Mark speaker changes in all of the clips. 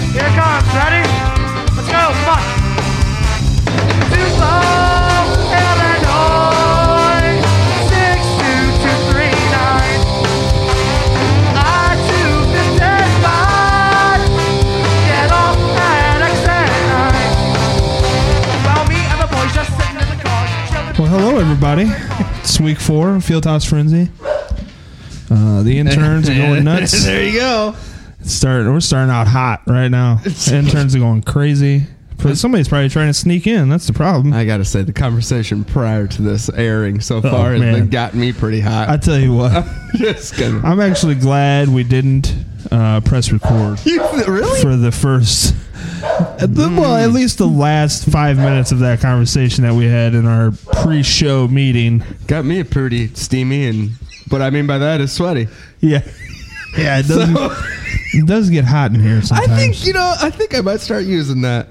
Speaker 1: drums. Ready? Let's go. Come on. Tupelo, Illinois, 62239. I-255, get off at exit nine. Well, me and the boys just sitting in the car, chilling.
Speaker 2: Well, hello everybody. It's week four, Fieldhouse Frenzy. Uh, the interns are going nuts.
Speaker 3: there you go.
Speaker 2: Start. We're starting out hot right now. interns are going crazy. But Somebody's probably trying to sneak in. That's the problem. I,
Speaker 3: I gotta say, the conversation prior to this airing so far has
Speaker 2: man.
Speaker 3: been, got me pretty hot.
Speaker 2: tell you what,
Speaker 3: Just gonna.
Speaker 2: I'm actually glad we didn't uh, press record
Speaker 3: You th- really?
Speaker 2: for the first. mm, at the- Well, at least the last five minutes of that conversation that we had in our pre-show meeting.
Speaker 3: Got me pretty steamy, and what I mean by that is sweaty.
Speaker 2: Yeah, yeah, it does. It does get hot in here
Speaker 3: I
Speaker 2: sometimes.
Speaker 3: think you know. I think I might start using that.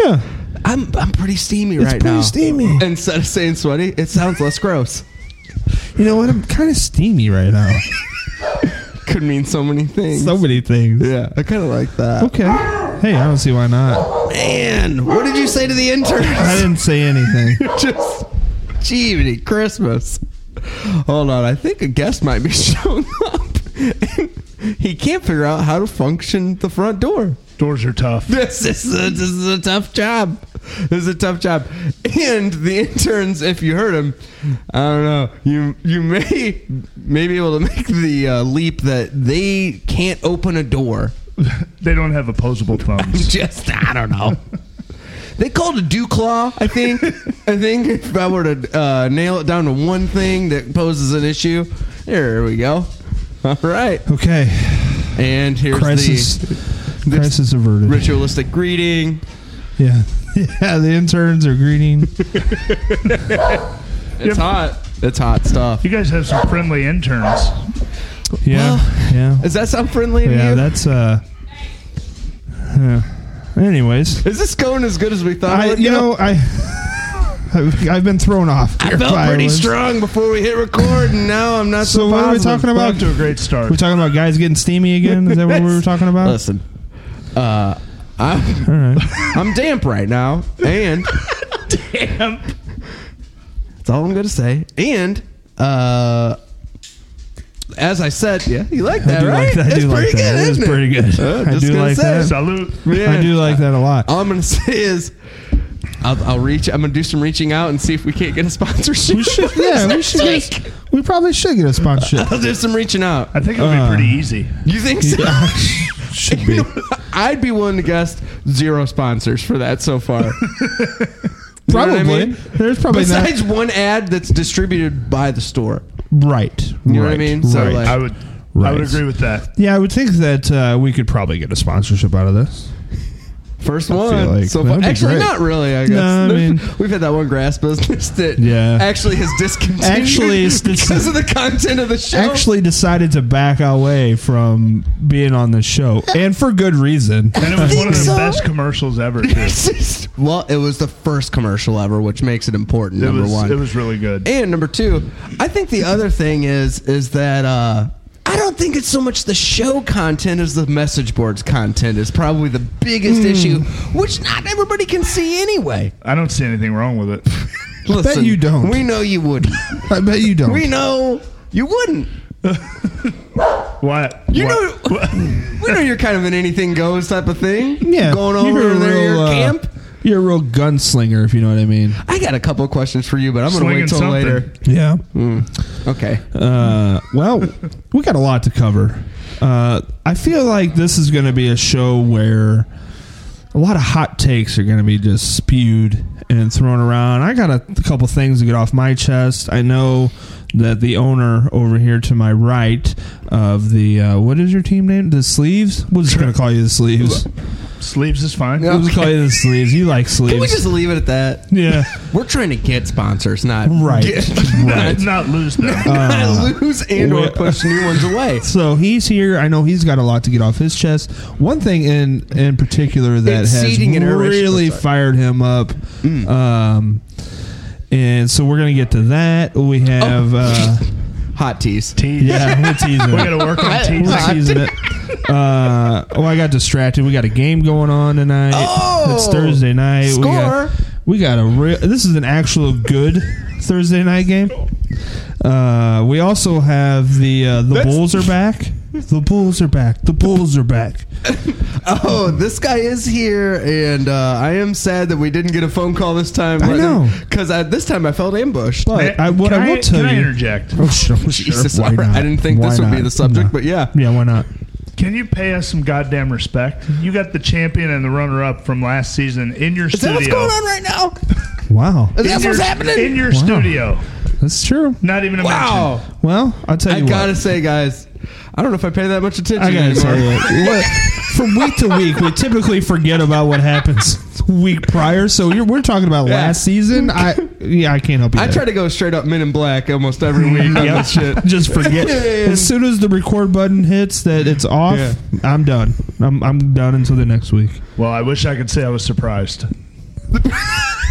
Speaker 2: Yeah,
Speaker 3: I'm I'm pretty steamy
Speaker 2: it's
Speaker 3: right
Speaker 2: pretty
Speaker 3: now.
Speaker 2: steamy.
Speaker 3: Instead of saying sweaty, it sounds less gross.
Speaker 2: You know what? I'm kind of steamy right now.
Speaker 3: Could mean so many things.
Speaker 2: so many things.
Speaker 3: yeah, I kind of like that.
Speaker 2: Okay. Hey, I don't see why not.
Speaker 3: Man, what did you say to the
Speaker 2: I
Speaker 3: interns?
Speaker 2: didn't say anything.
Speaker 3: Just Jeevity Christmas. Hold on, I think a guest might be showing up. he can't figure out how to function the front door.
Speaker 4: Doors are tough.
Speaker 3: This is a, this is a tough job. This is a tough job. And the interns, if you heard him, I don't know. You you may may be able to make the uh, leap that they can't open a door.
Speaker 4: They don't have opposable thumbs.
Speaker 3: Just I don't know. They called a dew claw. I think. I think if I were to uh, nail it down to one thing that poses an issue, there we go. All right,
Speaker 2: Okay.
Speaker 3: and here's
Speaker 2: Crisis.
Speaker 3: the this
Speaker 2: Crisis averted.
Speaker 3: ritualistic greeting.
Speaker 2: Yeah. Yeah. The interns are greeting.
Speaker 3: It's hot. It's hot stuff.
Speaker 4: You guys have some friendly interns.
Speaker 2: Yeah. yeah.
Speaker 3: Does that sound friendly to
Speaker 2: Yeah.
Speaker 3: you?
Speaker 2: That's uh. yeah. Anyways,
Speaker 3: Is this going as good as we thought? it
Speaker 2: I
Speaker 3: would
Speaker 2: you
Speaker 3: go?
Speaker 2: know I. I've, I've been thrown off.
Speaker 3: I felt pretty strong before we hit record, and now I'm not.
Speaker 2: So
Speaker 3: So,
Speaker 2: what are we
Speaker 3: positive.
Speaker 2: talking
Speaker 4: We're
Speaker 2: about?
Speaker 4: off to a great start.
Speaker 2: We're talking about guys getting steamy again. Is that what we were talking about?
Speaker 3: Listen, uh, I'm
Speaker 2: All right.
Speaker 3: I'm damp right now, and
Speaker 4: Damn.
Speaker 3: That's all I'm gonna say. And uh, as I said, yeah, you like
Speaker 2: I
Speaker 3: that,
Speaker 2: do
Speaker 3: right?
Speaker 2: like that. I
Speaker 3: It's
Speaker 2: do like
Speaker 3: pretty
Speaker 2: that.
Speaker 3: good,
Speaker 2: It is
Speaker 3: isn't
Speaker 2: pretty good.
Speaker 3: Uh,
Speaker 2: I
Speaker 3: just
Speaker 2: do
Speaker 3: gonna
Speaker 2: like
Speaker 3: say.
Speaker 2: that.
Speaker 4: Salute.
Speaker 3: Yeah.
Speaker 2: I do like that a lot.
Speaker 3: All I'm gonna say is, I'll, I'll reach. I'm gonna do some reaching out and see if we can't get a sponsorship.
Speaker 2: We should, yeah, we should. Get a, we probably should get a sponsorship.
Speaker 3: I'll do some reaching out.
Speaker 4: I think it'll be
Speaker 2: Uh.
Speaker 4: pretty easy.
Speaker 3: You think so?
Speaker 2: should be.
Speaker 3: I'd be willing to guess zero sponsors for that so far. know what
Speaker 2: Probably.
Speaker 3: I mean?
Speaker 2: There's probably
Speaker 3: Besides one ad that's distributed by the store.
Speaker 2: not. Right.
Speaker 3: You know what I mean? So,
Speaker 2: right.
Speaker 3: like-
Speaker 4: I would. I
Speaker 2: Right.
Speaker 4: would agree with that.
Speaker 2: yeah, I would think that uh, we could probably get a sponsorship out of this.
Speaker 3: First one.
Speaker 2: like
Speaker 3: so
Speaker 2: that
Speaker 3: far.
Speaker 2: would be
Speaker 3: Actually,
Speaker 2: great.
Speaker 3: not really, I guess.
Speaker 2: No, I mean-
Speaker 3: We've had that one grass business that
Speaker 2: Yeah.
Speaker 3: actually has discontinued
Speaker 2: Actually, it's-
Speaker 3: because of the content of the show.
Speaker 2: Actually, decided to back away from being on the show, and for good reason.
Speaker 4: And it was one of the
Speaker 3: so.
Speaker 4: best commercials ever. Too. It
Speaker 3: well, it was the first commercial ever, which makes it important, number
Speaker 4: was.
Speaker 3: one.
Speaker 4: It was really good.
Speaker 3: and number two, I think the other thing is is that uh, I don't think it's so much the show content as the message board's content is probably the biggest issue, which not everybody can see anyway.
Speaker 4: I don't see anything wrong with it.
Speaker 3: Listen,
Speaker 2: you don't.
Speaker 3: We know you wouldn't.
Speaker 2: I bet you don't.
Speaker 3: we know you wouldn't.
Speaker 4: What?
Speaker 3: You
Speaker 4: what-
Speaker 3: know-
Speaker 4: what-
Speaker 3: We know you're kind of an anything goes type of thing.
Speaker 2: yeah,
Speaker 3: Going
Speaker 2: you're
Speaker 3: over
Speaker 2: a
Speaker 3: there to your
Speaker 2: real, uh,
Speaker 3: camp.
Speaker 2: You're a real gunslinger, if you know what I mean.
Speaker 3: I got a couple of questions for you, but I'm going to
Speaker 4: Slinging
Speaker 3: wait till
Speaker 4: something.
Speaker 3: later.
Speaker 2: Yeah.
Speaker 3: Okay.
Speaker 2: Uh, well, we got a lot to cover. Uh, I feel like this is going to be a show where a lot of hot takes are going to be just spewed and thrown around. I got a couple things to get off my chest. I know that the owner over here to my right of the uh, what is your team name? The Sleeves. We're just going to call you the Sleeves.
Speaker 4: Sleeves is fine.
Speaker 3: Yeah.
Speaker 2: We'll just call you the Sleeves. You like sleeves?
Speaker 3: Can we just leave it at that?
Speaker 2: yeah.
Speaker 3: We're trying to get sponsors, not
Speaker 2: Right. Uh,
Speaker 3: get-
Speaker 4: Not, not lose them.
Speaker 3: not lose and
Speaker 2: we-
Speaker 3: or push new ones away.
Speaker 2: So he's here. I know he's got a lot to get off his chest. One thing in in particular that
Speaker 3: It's
Speaker 2: has
Speaker 3: seeding and aeration,
Speaker 2: really
Speaker 3: I'm sorry.
Speaker 2: fired him up. Um, and so we're gonna get to that. We have uh,
Speaker 3: hot teas.
Speaker 4: Tease.
Speaker 2: Yeah, we're teasing.
Speaker 4: Oh. We
Speaker 2: it.
Speaker 4: gotta work on teasing.
Speaker 2: We're teasing it. Uh, oh, I got distracted. We got a game going on tonight.
Speaker 3: Oh!
Speaker 2: it's Thursday night. We
Speaker 3: Score!
Speaker 2: got, we got a real. This is an actual good Thursday night game. Uh, we also have the uh, the Bulls are back. The Bulls are back. The Bulls are back.
Speaker 3: Oh, this guy is here, and uh, I am sad that we didn't get a phone call this time.
Speaker 2: I know.
Speaker 3: because this time I felt ambushed.
Speaker 2: But I, what
Speaker 4: can
Speaker 2: I will tell
Speaker 4: can I
Speaker 2: you.
Speaker 4: interject?
Speaker 2: Oh, sure, sure.
Speaker 3: Jesus,
Speaker 2: Why
Speaker 3: all right.
Speaker 2: not?
Speaker 3: I didn't think
Speaker 2: Why
Speaker 3: this would be
Speaker 2: not?
Speaker 3: the subject,
Speaker 2: No.
Speaker 3: but yeah.
Speaker 2: yeah, why not?
Speaker 4: Can you pay us some goddamn respect? You got the champion and the runner-up from last season in your
Speaker 3: Is that
Speaker 4: studio.
Speaker 3: what's going on right now?
Speaker 2: Wow,
Speaker 3: Is
Speaker 4: In
Speaker 3: that
Speaker 4: your-
Speaker 3: what's happening?
Speaker 4: in your studio?
Speaker 2: that's true.
Speaker 4: Not even a
Speaker 3: wow.
Speaker 2: Well, I'll tell
Speaker 3: I
Speaker 2: you. what.
Speaker 3: gotta say, guys, I don't know if I pay that much attention
Speaker 2: I gotta
Speaker 3: anymore.
Speaker 2: tell you, what, from week to week, we typically forget about what happens week prior. So you're, we're talking about
Speaker 3: Yeah.
Speaker 2: last season. I yeah, I can't help you.
Speaker 3: I
Speaker 2: there.
Speaker 3: try to go straight up Men in Black almost every week on
Speaker 2: Yep.
Speaker 3: this shit.
Speaker 2: just forget. as soon as the record button hits that it's off,
Speaker 3: Yeah.
Speaker 2: I'm done. I'm I'm done until the next week.
Speaker 4: mention. Well, I wish I could say I was surprised.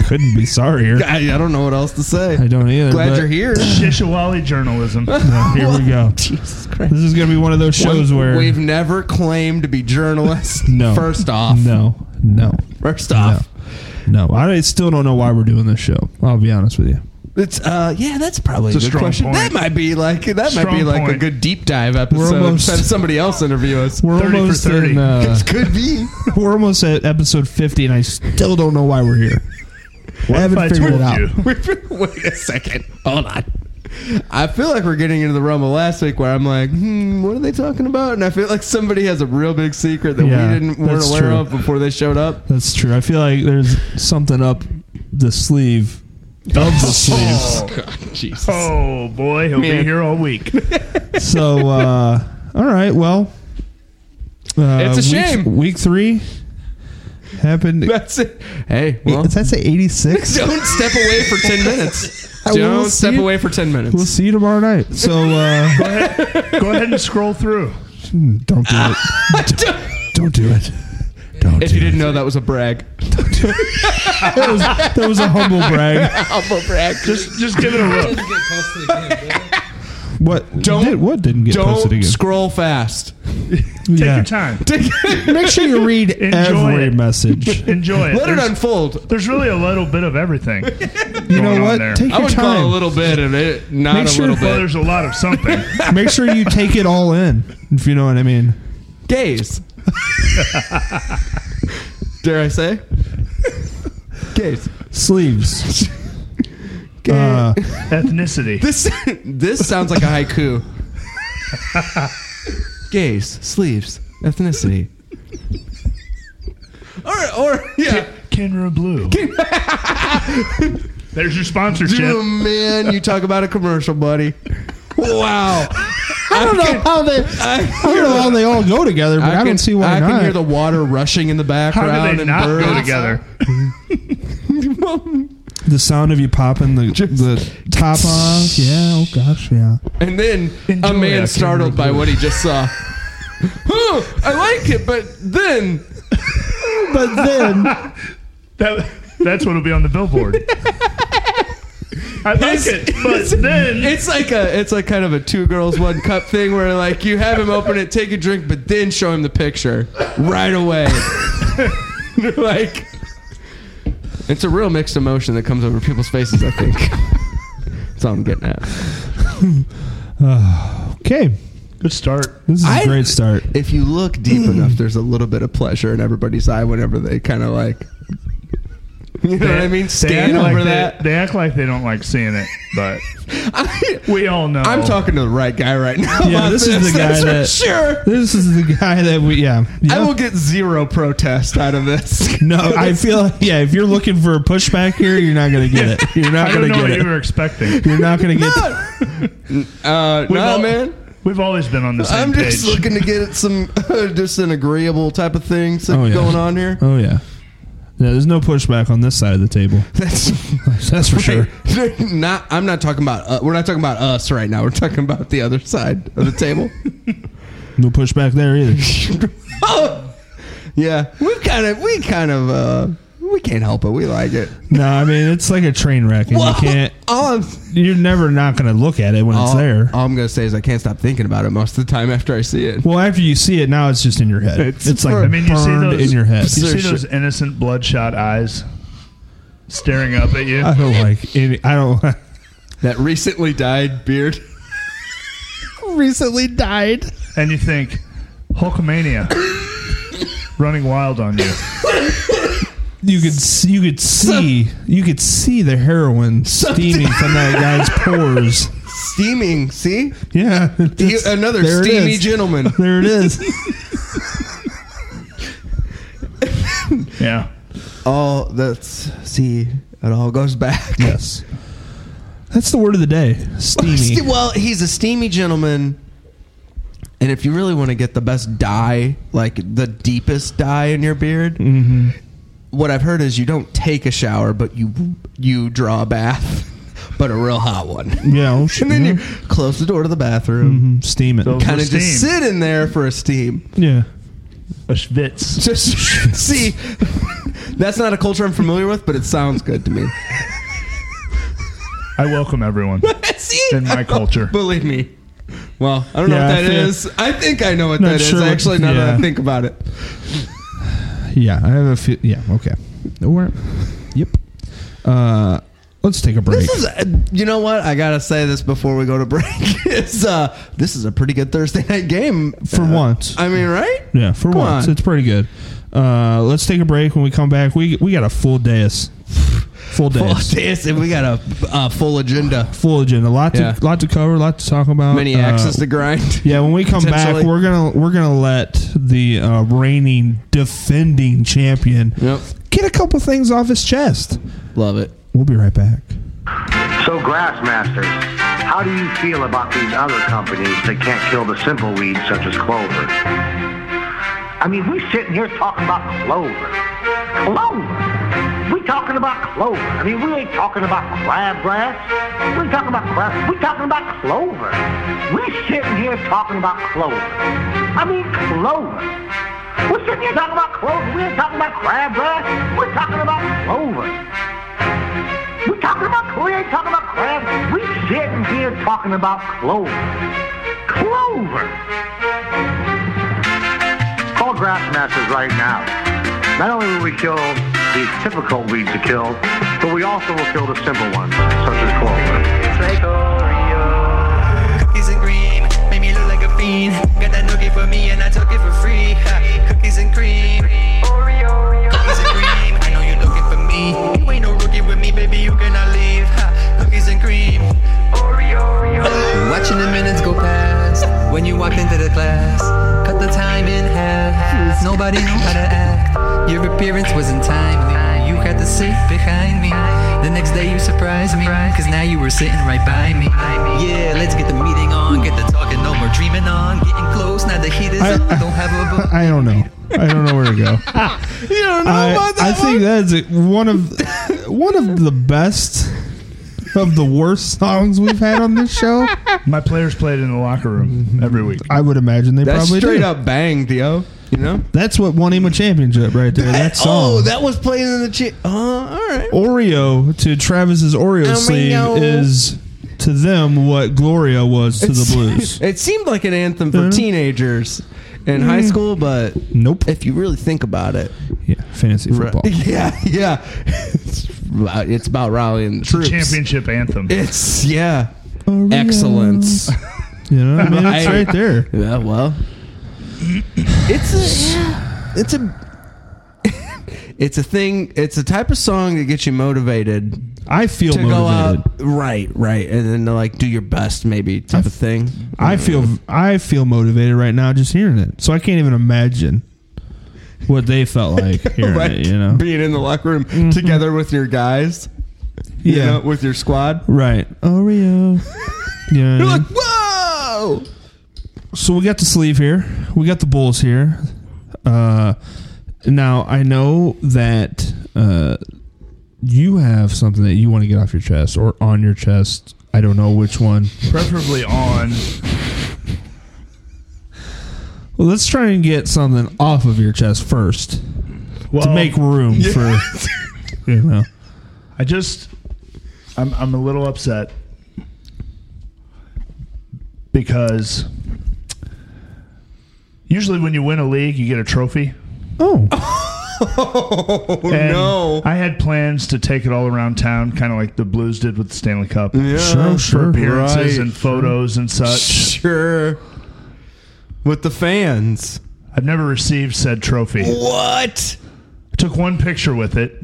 Speaker 2: Couldn't be sorrier.
Speaker 3: I, I don't know what else to say.
Speaker 2: I don't either.
Speaker 3: Glad
Speaker 2: but-
Speaker 3: you're here.
Speaker 4: Shishawali journalism.
Speaker 2: Here we go.
Speaker 3: Jesus Christ.
Speaker 2: This is gonna be one of those shows
Speaker 3: We've-
Speaker 2: where
Speaker 3: we've never claimed to be journalists.
Speaker 2: no.
Speaker 3: First off.
Speaker 2: no, no,
Speaker 3: First off.
Speaker 2: no. I still don't know why we're doing this show. I'll be honest with you.
Speaker 3: It's uh yeah, that's probably
Speaker 4: It's a
Speaker 3: a good
Speaker 4: strong
Speaker 3: question.
Speaker 4: point.
Speaker 3: That might be like that might be
Speaker 4: Strong
Speaker 3: like a
Speaker 4: point.
Speaker 3: good deep dive episode.
Speaker 2: almost-
Speaker 3: Have somebody else interview us.
Speaker 2: We're
Speaker 4: 30 for
Speaker 2: almost
Speaker 4: 30.
Speaker 2: in. Uh,
Speaker 3: Could be.
Speaker 2: We're almost at episode 50, and I still don't know why we're here. I haven't
Speaker 4: If I
Speaker 2: figured it
Speaker 4: told
Speaker 2: out.
Speaker 4: you.
Speaker 3: Wait a second. Hold on. I feel like we're getting into the realm of last week where I'm like, hmm, what are they talking about? And I feel like somebody has a real big secret that
Speaker 2: Yeah,
Speaker 3: we didn't weren't
Speaker 2: that's
Speaker 3: aware
Speaker 2: true.
Speaker 3: of before they showed up.
Speaker 2: That's true. I feel like there's something up the sleeve of the sleeves.
Speaker 4: Oh,
Speaker 3: Jesus.
Speaker 4: oh, boy, he'll be
Speaker 3: Man.
Speaker 4: here all week.
Speaker 2: So, uh, all right. Well, uh,
Speaker 3: It's a
Speaker 2: week-
Speaker 3: shame.
Speaker 2: Week three happened.
Speaker 3: That's it. Hey, well,
Speaker 2: Does that say 86?
Speaker 3: don't step away for 10 minutes.
Speaker 2: I will
Speaker 3: Don't
Speaker 2: see
Speaker 3: step
Speaker 2: you-
Speaker 3: away for 10 minutes.
Speaker 2: We'll see you tomorrow night. So, uh,
Speaker 4: Go ahead and scroll through.
Speaker 2: don't do it. Don't do it. Don't.
Speaker 3: if
Speaker 2: do
Speaker 3: you didn't
Speaker 2: it.
Speaker 3: know, that was a brag.
Speaker 2: that was, that was a humble brag.
Speaker 3: Humble brag.
Speaker 4: Just, just give it a look.
Speaker 2: What?
Speaker 3: Don't-
Speaker 2: did, what didn't get posted
Speaker 3: Don't
Speaker 2: again?
Speaker 3: scroll fast.
Speaker 4: Take
Speaker 2: Yeah.
Speaker 4: your time.
Speaker 2: Make sure you read
Speaker 4: Enjoy
Speaker 2: every
Speaker 4: it.
Speaker 2: message.
Speaker 4: Enjoy it.
Speaker 3: Let it
Speaker 4: There's-
Speaker 3: unfold.
Speaker 4: There's really a little bit of everything.
Speaker 2: You know what? Take
Speaker 3: I
Speaker 2: your
Speaker 3: would call a
Speaker 2: time.
Speaker 3: little bit of it, not
Speaker 2: Make
Speaker 3: a
Speaker 2: sure-
Speaker 3: little
Speaker 4: well,
Speaker 3: bit.
Speaker 4: there's a lot of something.
Speaker 2: Make sure you take it all in, if you know what I mean.
Speaker 3: Gays. Dare I say? Gays.
Speaker 2: Sleeves.
Speaker 3: Gay.
Speaker 2: Uh,
Speaker 4: Ethnicity.
Speaker 3: this this sounds like a haiku. Gays, sleeves, ethnicity. Or or yeah.
Speaker 4: Kenra Blue. There's your sponsorship.
Speaker 3: Dude, man, you talk about a commercial, buddy. Wow.
Speaker 2: I don't know how they. I don't know how they all go together, but I,
Speaker 3: can,
Speaker 2: don't see why
Speaker 3: I
Speaker 2: not.
Speaker 3: can hear the water rushing in the background
Speaker 4: How do they
Speaker 3: and
Speaker 4: not
Speaker 3: birds.
Speaker 4: go together?
Speaker 2: the sound of you popping the the top off. Yeah. Oh gosh. Yeah.
Speaker 3: And then
Speaker 4: Enjoy
Speaker 3: a
Speaker 4: it, I
Speaker 3: man
Speaker 4: can't
Speaker 3: startled by
Speaker 4: remember.
Speaker 3: what he just saw. huh, I like it, but then
Speaker 2: But then
Speaker 4: That, that's what'll be on the billboard. I like it, but then
Speaker 3: it's like a it's like kind of a two girls one cup thing where like you have him open it, take a drink, but then show him the picture right away. like it's a real mixed emotion that comes over people's faces. I think that's all I'm getting at.
Speaker 2: okay.
Speaker 4: good start.
Speaker 2: This is a
Speaker 3: I-
Speaker 2: great start.
Speaker 3: If you look deep enough, there's a little bit of pleasure in everybody's eye whenever they kind of like. You know what I mean? Stand
Speaker 4: act
Speaker 3: over
Speaker 4: like
Speaker 3: that.
Speaker 4: They, they act like they don't like seeing it, but we all know.
Speaker 3: I'm talking to the right guy right now.
Speaker 2: Yeah,
Speaker 3: about
Speaker 2: this is the guy
Speaker 3: that's for
Speaker 2: that-
Speaker 3: sure.
Speaker 2: This is the guy that we. Yeah.
Speaker 3: I
Speaker 2: Yeah.
Speaker 3: will get zero protest out of this.
Speaker 2: no, I feel yeah. If you're looking for a pushback here, you're not gonna get it. You're not
Speaker 4: I don't
Speaker 2: gonna
Speaker 4: know
Speaker 2: get
Speaker 4: what
Speaker 2: it.
Speaker 4: you were expecting.
Speaker 2: You're not gonna get.
Speaker 3: Uh, no,
Speaker 4: all-
Speaker 3: man.
Speaker 4: We've always been on the same
Speaker 3: I'm just
Speaker 4: page.
Speaker 3: looking to get at some just an agreeable type of thing so-
Speaker 2: Oh, yeah.
Speaker 3: going on here.
Speaker 2: Oh yeah. Yeah, there's no pushback on this side of the table.
Speaker 3: That's
Speaker 2: That's for sure.
Speaker 3: not. I'm not talking about. Uh, we're not talking about us right now. We're talking about the other side of the table.
Speaker 2: No pushback there either.
Speaker 3: yeah, we kind of we kind of uh, we can't help it. We like it.
Speaker 2: No, I mean it's like a train wreck, and you can't.
Speaker 3: All I'm,
Speaker 2: You're never not going to look at it when
Speaker 3: all,
Speaker 2: it's there.
Speaker 3: all I'm gonna say is I can't stop thinking about it most of the time after I see it.
Speaker 2: well, after you see it, now it's just in your head. It's,
Speaker 3: It's
Speaker 2: like
Speaker 3: for-
Speaker 4: I mean, you see
Speaker 2: burned
Speaker 4: those
Speaker 2: in your head.
Speaker 4: You see
Speaker 3: Seriously.
Speaker 4: those innocent bloodshot eyes staring up at you.
Speaker 2: I don't like any. I don't.
Speaker 3: That recently died beard.
Speaker 2: Recently died.
Speaker 4: and you think Hulkamania running wild on you.
Speaker 2: You could see, you could see you could see the heroin steaming from that guy's pores.
Speaker 3: Steaming. See,
Speaker 2: Yeah,
Speaker 3: He-
Speaker 2: it's-
Speaker 3: another
Speaker 2: there it
Speaker 3: steamy
Speaker 2: is.
Speaker 3: gentleman.
Speaker 2: There it is.
Speaker 4: Yeah.
Speaker 3: All that's see. It all goes back.
Speaker 2: yes, that's the word of the day. Steamy.
Speaker 3: Ste- Well, he's a steamy gentleman. And if you really want to get the best dye, like the deepest dye in your beard, what I've heard is you don't take a shower, but you you draw a bath, but a real hot one.
Speaker 2: Yeah, oh, shit,
Speaker 3: and then
Speaker 2: yeah.
Speaker 3: you close the door to the bathroom,
Speaker 2: Mm, steam it.
Speaker 4: So-
Speaker 3: kind of
Speaker 4: For
Speaker 3: just
Speaker 4: steam.
Speaker 3: sit in there for a steam.
Speaker 2: Yeah.
Speaker 4: A schwitz.
Speaker 3: Just see, that's not a culture I'm familiar with, but it sounds good to me.
Speaker 4: I welcome everyone.
Speaker 3: See?
Speaker 4: In my culture.
Speaker 3: Believe me. Well, I don't know
Speaker 2: Yeah,
Speaker 3: what
Speaker 2: I
Speaker 3: that
Speaker 2: feel-
Speaker 3: is. I think I know what
Speaker 2: Not
Speaker 3: that is.
Speaker 2: sure what-
Speaker 3: Actually, now that I
Speaker 2: yeah.
Speaker 3: think about it.
Speaker 2: Yeah, I have a few. Yeah, okay. Nowhere. Yep. Uh, let's take a break.
Speaker 3: This is, uh, you know what? I gotta say this before we go to break. it's uh, this is a pretty good Thursday night game
Speaker 2: For
Speaker 3: Uh,
Speaker 2: once.
Speaker 3: I mean, right?
Speaker 2: yeah, for
Speaker 3: Come
Speaker 2: once,
Speaker 3: on.
Speaker 2: it's pretty good. Uh, let's take a break. When we come back, we we got a full dais, full
Speaker 3: Full
Speaker 2: dais,
Speaker 3: dance, and we got a uh, full agenda,
Speaker 2: full agenda. Lot to
Speaker 3: Yeah.
Speaker 2: lot to cover. Lot to talk about.
Speaker 3: many
Speaker 2: Uh,
Speaker 3: axes to grind.
Speaker 2: Yeah, when we come back,
Speaker 3: Potentially.
Speaker 2: we're gonna we're gonna let the uh, reigning defending champion
Speaker 3: Yep,
Speaker 2: get a couple things off his chest.
Speaker 3: love it.
Speaker 2: We'll be right back.
Speaker 5: So, Grassmasters, how do you feel about these other companies that can't kill the simple weeds such as clover? I mean, we sitting here talking about clover. Clover! We talking about clover. I mean, we ain't talking about crabgrass. We ain't talking about crab. We talking about clover. We sitting here talking about clover. I mean, clover. We're sitting here talking about clover. We ain't talking about crabgrass. We're talking about clover. We're talking about we ain't talking about crabs. We sitting here talking about clover. Clover. Call Grassmasters right now. Not only will we kill these difficult weeds to kill, but we also will kill the simple ones, such as clover.
Speaker 6: It's like Oreo. Cookies and cream, made me look like a fiend. Got that nookie for me and I took it for free. Ha, Cookies and cream, Oreo. Cookies and cream, I know you're looking for me. You ain't no rookie with me, baby, you cannot leave. Ha, Cookies and cream, Oreo. Watching the minutes go past when you walked into the class. Cut the time in half. Nobody knew how to act. Your appearance wasn't timely. You had to sit behind me. The next day you surprised me. Cause now you were sitting right by me. Yeah, let's get the meeting on. Get the talking, no more dreaming on. Getting close, now the heat is
Speaker 2: I-
Speaker 6: on. Don't have a bu-
Speaker 2: I don't know. I don't know where to go.
Speaker 3: You don't know
Speaker 2: I,
Speaker 3: about that
Speaker 2: I think that's it- one of one of the best of the worst songs we've had on this show.
Speaker 4: My players played in the locker room every week.
Speaker 3: Uh,
Speaker 2: I would imagine they
Speaker 3: That's
Speaker 2: probably
Speaker 3: straight
Speaker 2: do.
Speaker 3: up bang, Dio. You know?
Speaker 2: That's what won him a championship right there. That song.
Speaker 3: Oh, that was playing in the chi- uh, all right.
Speaker 2: Oreo to Travis's Oreo
Speaker 3: Oreo.
Speaker 2: sleeve is to them what Gloria was to the blues.
Speaker 3: It seemed like an anthem for
Speaker 2: Yeah.
Speaker 3: teenagers in high school, but
Speaker 2: Nope.
Speaker 3: if you really think about it,
Speaker 2: Yeah, fantasy football.
Speaker 3: yeah, yeah, it's about, it's about rallying the troops.
Speaker 4: Championship anthem.
Speaker 3: It's yeah,
Speaker 2: Oreo.
Speaker 3: excellence.
Speaker 2: You know, what I mean, it's
Speaker 3: I-
Speaker 2: right there.
Speaker 3: Yeah, well, it's a yeah, it's a it's a thing. It's a type of song that gets you motivated
Speaker 2: I feel
Speaker 3: to go
Speaker 2: motivated.
Speaker 3: out, right, right, and then to like do your best, maybe type of thing.
Speaker 2: I feel I feel motivated right now just hearing it. So I can't even imagine what they felt like hearing
Speaker 3: Right,
Speaker 2: it. You know, Mm-hmm.
Speaker 3: being in the locker room together with your guys, you
Speaker 2: yeah,
Speaker 3: know, with your squad.
Speaker 2: right. Oreo. yeah.
Speaker 3: You're like, whoa!
Speaker 2: so we got the sleeve here. We got the Bulls here. Uh, now I know that uh, you have something that you want to get off your chest or on your chest. I don't know which one.
Speaker 4: Preferably on.
Speaker 2: Well, let's try and get something off of your chest first. to
Speaker 3: Oh.
Speaker 4: Well-
Speaker 2: make room for you know.
Speaker 4: I just, I'm, I'm a little upset because usually when you win a league, you get a trophy.
Speaker 2: Oh,
Speaker 3: Oh
Speaker 4: And
Speaker 3: no!
Speaker 4: I had plans to take it all around town, kind of like the Blues did with the Stanley Cup.
Speaker 2: sure, sure.
Speaker 4: Appearances
Speaker 3: Right.
Speaker 4: and photos and such.
Speaker 3: Uh, Sure. With the fans.
Speaker 4: I've never received said trophy.
Speaker 3: What?
Speaker 4: Took one picture with it,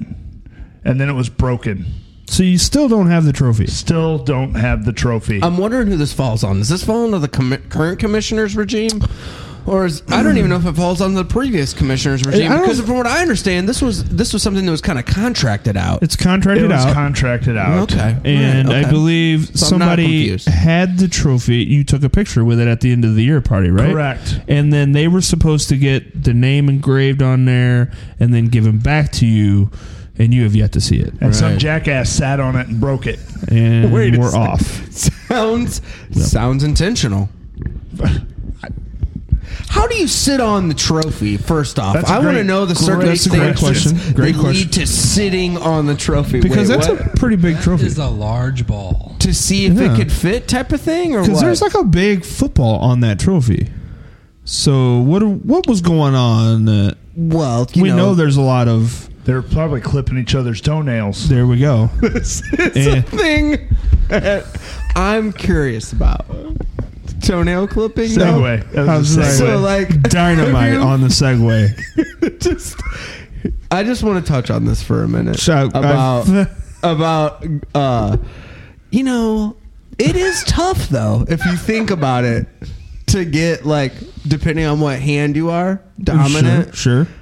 Speaker 4: and then it was broken.
Speaker 2: So you still don't have the trophy.
Speaker 4: Still don't have the trophy.
Speaker 3: I'm wondering who this falls on. Does this fall under the commi- current commissioner's regime? Or is, I don't even know if it falls under the previous commissioner's regime
Speaker 2: I don't-
Speaker 3: because from what I understand, this was this was something that was kind of contracted out.
Speaker 2: It's
Speaker 4: it
Speaker 2: contracted
Speaker 4: was
Speaker 2: out.
Speaker 4: contracted out.
Speaker 3: okay,
Speaker 2: and
Speaker 3: Right,
Speaker 2: I
Speaker 3: okay.
Speaker 2: believe
Speaker 3: So I'm not
Speaker 2: somebody
Speaker 3: confused.
Speaker 2: had the trophy. You took a picture with it at the end of the year party, right?
Speaker 4: Correct.
Speaker 2: And then they were supposed to get the name engraved on there and then given back to you, and you have yet to see it.
Speaker 4: And some
Speaker 3: Right.
Speaker 4: jackass sat on it and broke it.
Speaker 2: And
Speaker 3: Wait a
Speaker 2: we're
Speaker 3: sec.
Speaker 2: off.
Speaker 3: sounds sounds intentional. How do you sit on the trophy? First off,
Speaker 4: That's a
Speaker 3: I want to
Speaker 4: great-
Speaker 3: know the
Speaker 4: great- that's
Speaker 2: a great
Speaker 3: circumstances
Speaker 2: question.
Speaker 3: that
Speaker 2: Great question.
Speaker 3: lead to sitting on the trophy.
Speaker 2: Because
Speaker 3: Wait,
Speaker 2: that's
Speaker 3: what?
Speaker 2: a pretty big trophy.
Speaker 7: is a large ball.
Speaker 3: to see if
Speaker 2: Yeah.
Speaker 3: it could fit type of thing, or
Speaker 2: Because
Speaker 3: what?
Speaker 2: there's like a big football on that trophy. So what what was going on? Uh,
Speaker 3: well, you
Speaker 2: we know, there's a lot of.
Speaker 4: They're probably clipping each other's toenails.
Speaker 2: There we go. Eh.
Speaker 3: something that I'm curious about. Toenail clipping. though?
Speaker 4: Anyway, that was a
Speaker 2: How's that?
Speaker 4: segue.
Speaker 3: So like
Speaker 2: Dynamite
Speaker 3: have you-
Speaker 2: on the Segway.
Speaker 3: just. I just want to touch on this for a minute
Speaker 2: So,
Speaker 3: about
Speaker 2: I've-
Speaker 3: about uh, you know, it is tough though if you think about it to get like depending on what hand you are dominant.
Speaker 2: Sure. sure.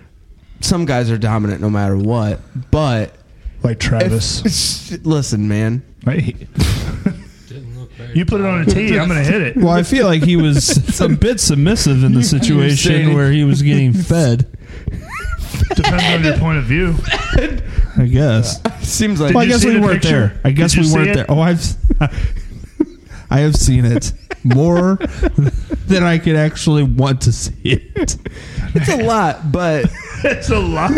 Speaker 3: Some guys are dominant no matter what, but
Speaker 4: like
Speaker 3: if,
Speaker 4: Travis.
Speaker 3: listen, man,
Speaker 4: Hey,
Speaker 7: Didn't look very
Speaker 4: you put it on a tee, I'm going to hit it.
Speaker 2: Well, I feel like he was a bit submissive in the situation
Speaker 3: saying-
Speaker 2: where he was getting fed.
Speaker 4: Depends on your point of view.
Speaker 2: I guess.
Speaker 3: seems like
Speaker 2: Well, I
Speaker 4: you
Speaker 2: guess
Speaker 4: see
Speaker 2: we
Speaker 4: the
Speaker 2: weren't
Speaker 4: picture?
Speaker 2: there. I
Speaker 4: Did
Speaker 2: guess
Speaker 4: you
Speaker 2: we
Speaker 4: see
Speaker 2: weren't
Speaker 4: it?
Speaker 2: there. Oh, I've, I have seen it more than I could actually want to see it.
Speaker 3: it's a lot, but
Speaker 4: It's a lot.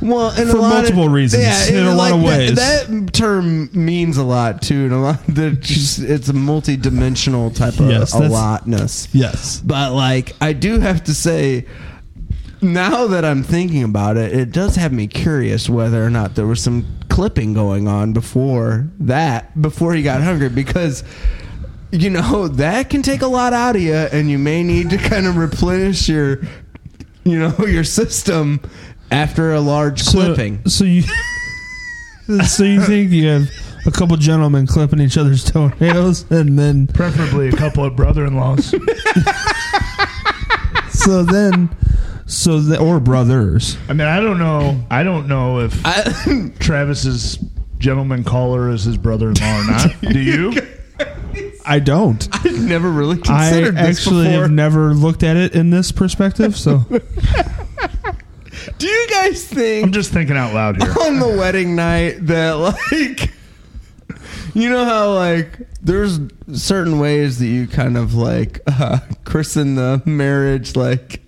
Speaker 3: Well, and
Speaker 2: For
Speaker 3: a lot
Speaker 2: multiple
Speaker 3: of,
Speaker 2: reasons, in
Speaker 3: and
Speaker 2: a lot of
Speaker 3: that-
Speaker 2: ways.
Speaker 3: That, term means a lot too, and a lot. That just it's a multi-dimensional type of
Speaker 2: Yes,
Speaker 3: a
Speaker 2: that's-
Speaker 3: lotness.
Speaker 2: Yes.
Speaker 3: But like, I do have to say, now that I'm thinking about it, it does have me curious whether or not there was some clipping going on before that, before he got hungry, because. You know that can take a lot out of you, and you may need to kind of replenish your, you know, your system after a large clipping.
Speaker 2: So, so you. So you think you have a couple gentlemen clipping each other's toenails, and then
Speaker 4: Preferably a couple of brother in laws.
Speaker 2: so then so the, or brothers.
Speaker 4: I mean, I don't know. I don't know if
Speaker 3: I,
Speaker 4: Travis's gentleman caller is his brother in law or not. Do you?
Speaker 2: I don't.
Speaker 3: I've never really
Speaker 2: I
Speaker 3: considered this
Speaker 2: actually
Speaker 3: before.
Speaker 2: have never looked at it in this perspective. So
Speaker 3: Do you guys
Speaker 4: I'm
Speaker 3: think
Speaker 4: just thinking out loud here.
Speaker 3: on the wedding night that like, you know how like there's certain ways that you kind of like uh, christen the marriage like.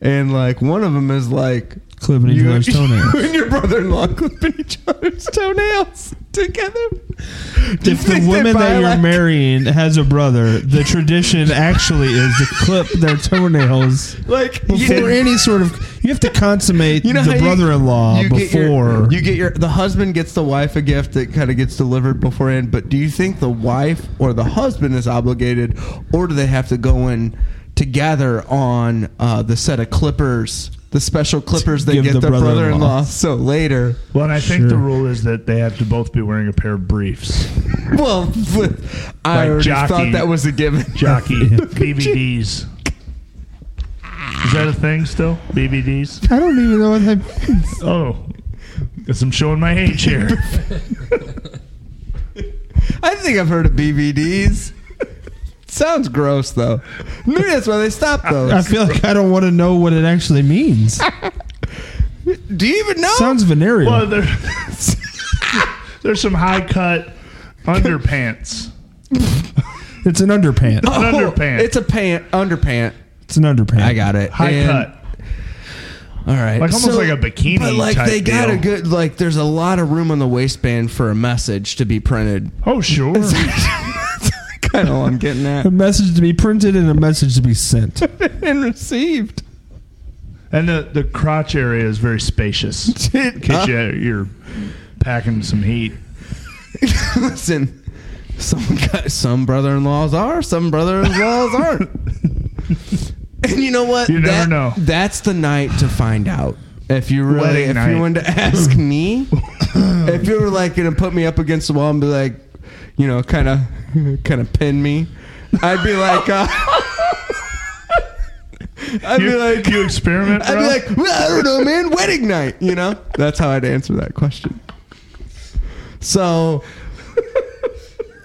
Speaker 3: And like one of them is like
Speaker 2: clipping each
Speaker 3: you,
Speaker 2: other's toenails.
Speaker 3: you and your brother-in-law clipping each other's toenails together. Do you
Speaker 2: If the
Speaker 3: think
Speaker 2: woman
Speaker 3: by,
Speaker 2: that you're
Speaker 3: like-
Speaker 2: marrying has a brother, the tradition actually is to clip their toenails
Speaker 3: like you
Speaker 2: before
Speaker 3: didn't-
Speaker 2: any sort of. You have to consummate
Speaker 3: You know how
Speaker 2: the
Speaker 3: you-
Speaker 2: brother-in-law
Speaker 3: you get
Speaker 2: before.
Speaker 3: your, you get your the husband gets the wife a gift that kind of gets delivered beforehand. But do you think the wife or the husband is obligated, or do they have to go in together on uh, the set of clippers, the special clippers they
Speaker 2: give
Speaker 3: get
Speaker 2: the
Speaker 3: their
Speaker 2: brother-in-law.
Speaker 3: brother-in-law? So later,
Speaker 4: Well, and I think
Speaker 2: Sure.
Speaker 4: the rule is that they have to both be wearing a pair of briefs.
Speaker 3: well, I
Speaker 4: Like
Speaker 3: already
Speaker 4: jockey.
Speaker 3: thought that was a given.
Speaker 4: Jockey, BVDs. Is that a thing still? BVDs?
Speaker 2: I don't even know what that means.
Speaker 4: Oh, guess I'm showing my age here.
Speaker 3: I think I've heard of BVDs. Sounds gross though. Maybe that's why they stopped
Speaker 2: I
Speaker 3: those.
Speaker 2: feel like I don't want to know what it actually means.
Speaker 3: Do you even know?
Speaker 2: Sounds venereal.
Speaker 4: Well, there, there's some high cut underpants.
Speaker 2: it's an underpant.
Speaker 3: Oh,
Speaker 4: underpant.
Speaker 3: It's a pant underpant.
Speaker 2: It's an underpant.
Speaker 3: I got it.
Speaker 4: High
Speaker 3: And
Speaker 4: cut.
Speaker 3: All right,
Speaker 4: Like, almost like a bikini
Speaker 3: But like
Speaker 4: type
Speaker 3: they got
Speaker 4: deal.
Speaker 3: a good like. There's a lot of room on the waistband for a message to be printed.
Speaker 4: Oh sure.
Speaker 3: kind of I'm getting at
Speaker 2: A message to be printed and a message to be sent.
Speaker 3: and received.
Speaker 4: And the, the crotch area is very spacious. In case you, you're packing some heat.
Speaker 3: Listen, some guy, some brother-in-laws are, some brother-in-laws aren't. and you know what?
Speaker 4: You never know.
Speaker 3: That's the night to find out. If you really,
Speaker 4: Wedding
Speaker 3: if
Speaker 4: night.
Speaker 3: you wanted to ask me, if you were like gonna put me up against the wall and be like, you know, kind of, kind of pin me, I'd be like, uh, I'd
Speaker 4: You,
Speaker 3: be like,
Speaker 4: you experiment,
Speaker 3: I'd
Speaker 4: bro?
Speaker 3: be like, well, I don't know, man. Wedding night, you know. That's how I'd answer that question. So,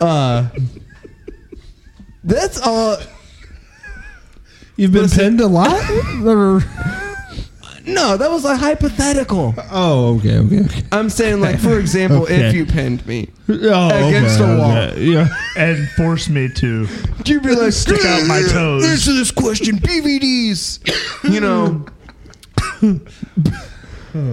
Speaker 3: uh, that's all.
Speaker 2: You've been pinned a lot? Or-
Speaker 3: No, that was a hypothetical.
Speaker 2: oh, okay, okay, okay.
Speaker 3: I'm saying, like, for example, if
Speaker 2: Okay.
Speaker 3: you pinned me,
Speaker 2: Oh,
Speaker 3: Against
Speaker 2: okay,
Speaker 3: the wall.
Speaker 2: okay. Yeah.
Speaker 4: and force me to.
Speaker 3: you'd be like,
Speaker 4: Stick out my toes.
Speaker 3: Answer this question, BVDs. You know.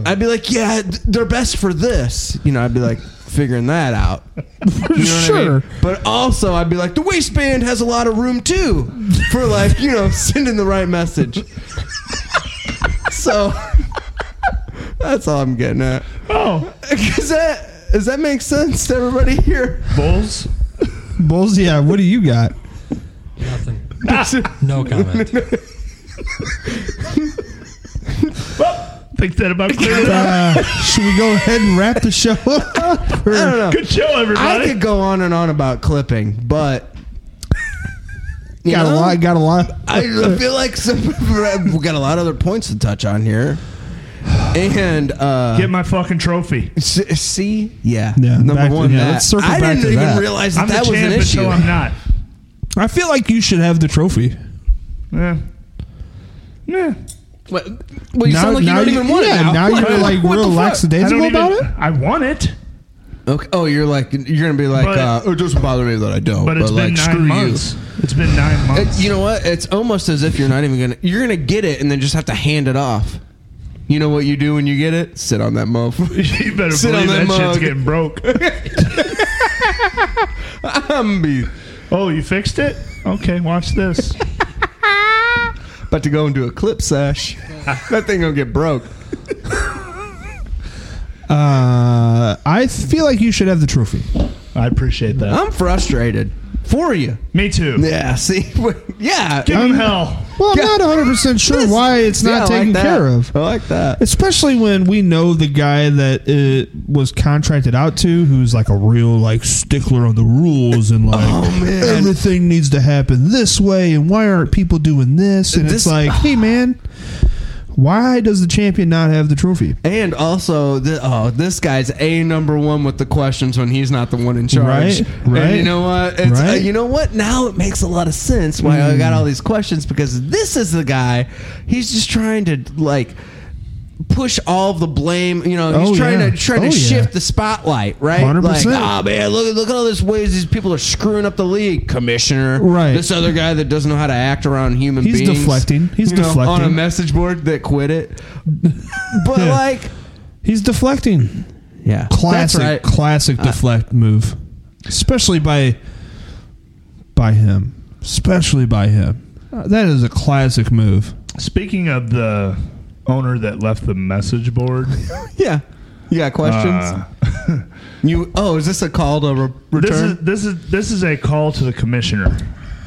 Speaker 3: I'd be like, yeah, th- they're best for this. You know, I'd be like figuring that out. You know what I mean?
Speaker 2: sure.
Speaker 3: But also, I'd be like, the waistband has a lot of room too for like, you know, sending the right message. so that's all I'm getting at.
Speaker 4: Oh,
Speaker 3: Does that does that make sense to everybody here?
Speaker 4: bulls?
Speaker 2: Bulls, yeah, what do you got?
Speaker 7: Nothing. no comment.
Speaker 4: Well, think that about cleared it up.
Speaker 2: Uh, should we go ahead and wrap the show up?
Speaker 3: I don't know.
Speaker 4: Good show,
Speaker 3: I
Speaker 4: everybody.
Speaker 3: could go on and on about clipping, but you
Speaker 2: got a
Speaker 3: know,
Speaker 2: lot, got a lot.
Speaker 3: I feel like some, we got a lot of other points to touch on here. And uh,
Speaker 4: Get my fucking trophy.
Speaker 3: S- See, yeah,
Speaker 2: Yeah, back
Speaker 3: number
Speaker 2: to-
Speaker 3: one.
Speaker 2: yeah,
Speaker 3: that.
Speaker 2: let's circle
Speaker 3: I
Speaker 2: back
Speaker 3: didn't
Speaker 2: to
Speaker 3: even
Speaker 2: that.
Speaker 3: realize that
Speaker 4: I'm
Speaker 3: that
Speaker 4: the
Speaker 3: was
Speaker 4: champ
Speaker 3: an issue.
Speaker 4: until I'm not.
Speaker 2: I feel like you should have the trophy.
Speaker 4: Yeah. Yeah.
Speaker 3: Well, well, you sound like you don't even want
Speaker 2: yeah,
Speaker 3: it now.
Speaker 2: now
Speaker 3: What?
Speaker 2: you're like
Speaker 3: What the
Speaker 2: real
Speaker 3: fuck?
Speaker 4: I don't
Speaker 2: lackadaisical
Speaker 4: even.
Speaker 2: about it.
Speaker 4: I want it.
Speaker 3: Okay. Oh, you're like you're gonna be like,
Speaker 4: But-
Speaker 3: uh, it doesn't bother me that I don't.
Speaker 4: But
Speaker 3: But,
Speaker 4: it's
Speaker 3: like,
Speaker 4: been
Speaker 3: screw
Speaker 4: nine months. It's been nine
Speaker 3: you.
Speaker 4: months.
Speaker 3: It, you know what? It's almost as if you're not even gonna. You're gonna get it and then just have to hand it off. You know what you do when you get it? Sit on that motherfucker.
Speaker 4: you better
Speaker 3: Sit on
Speaker 4: believe that
Speaker 3: that
Speaker 4: shit's
Speaker 3: mug.
Speaker 4: getting broke.
Speaker 3: I'm be
Speaker 4: Oh, you fixed it? Okay, watch this.
Speaker 3: about to go into a clip sash. that thing gonna get broke.
Speaker 2: Uh, I feel like you should have the trophy.
Speaker 4: I appreciate that.
Speaker 3: I'm frustrated for you.
Speaker 4: Me too.
Speaker 3: Yeah. See. yeah.
Speaker 4: Give him hell.
Speaker 2: Well, I'm
Speaker 3: Yeah.
Speaker 2: not 100 percent sure
Speaker 3: This-
Speaker 2: why it's
Speaker 3: Yeah, I
Speaker 2: not
Speaker 3: like
Speaker 2: taken
Speaker 3: that.
Speaker 2: care of,
Speaker 3: I like that.
Speaker 2: especially when we know the guy that it was contracted out to, who's like a real like stickler on the rules and like
Speaker 3: Oh, man.
Speaker 2: everything needs to happen this way, and why aren't people doing this? And it's
Speaker 3: This-
Speaker 2: like, hey man, why does the champion not have the trophy?
Speaker 3: And also, th oh, this guy's a number one with the questions when he's not the one in charge.
Speaker 2: Right, right,
Speaker 3: And you know what? It's, uh,
Speaker 2: right.
Speaker 3: you know what? Now it makes a lot of sense why I got all these questions because this is the guy. He's just trying to like push all of the blame. You know, he's
Speaker 2: Oh,
Speaker 3: trying
Speaker 2: yeah.
Speaker 3: to trying
Speaker 2: Oh,
Speaker 3: to
Speaker 2: yeah.
Speaker 3: shift the spotlight. Right?
Speaker 2: 100%.
Speaker 3: Like, oh man, look look at all these ways these people are screwing up the league. Commissioner.
Speaker 2: Right.
Speaker 3: This other guy that doesn't know how to act around human
Speaker 2: He's
Speaker 3: beings.
Speaker 2: deflecting. He's
Speaker 3: you know, on a
Speaker 2: deflecting.
Speaker 3: message board that quit it. But
Speaker 2: Yeah.
Speaker 3: like.
Speaker 2: He's deflecting.
Speaker 3: Yeah.
Speaker 2: Classic, classic
Speaker 3: Uh,
Speaker 2: deflect move, especially by by him, especially by him. Uh, that is a classic move.
Speaker 4: Speaking of the owner that left the message board,
Speaker 3: Yeah. You got questions?
Speaker 4: uh,
Speaker 3: you oh, is this a call to re-
Speaker 4: this
Speaker 3: return?
Speaker 4: is this is this is a call to the commissioner.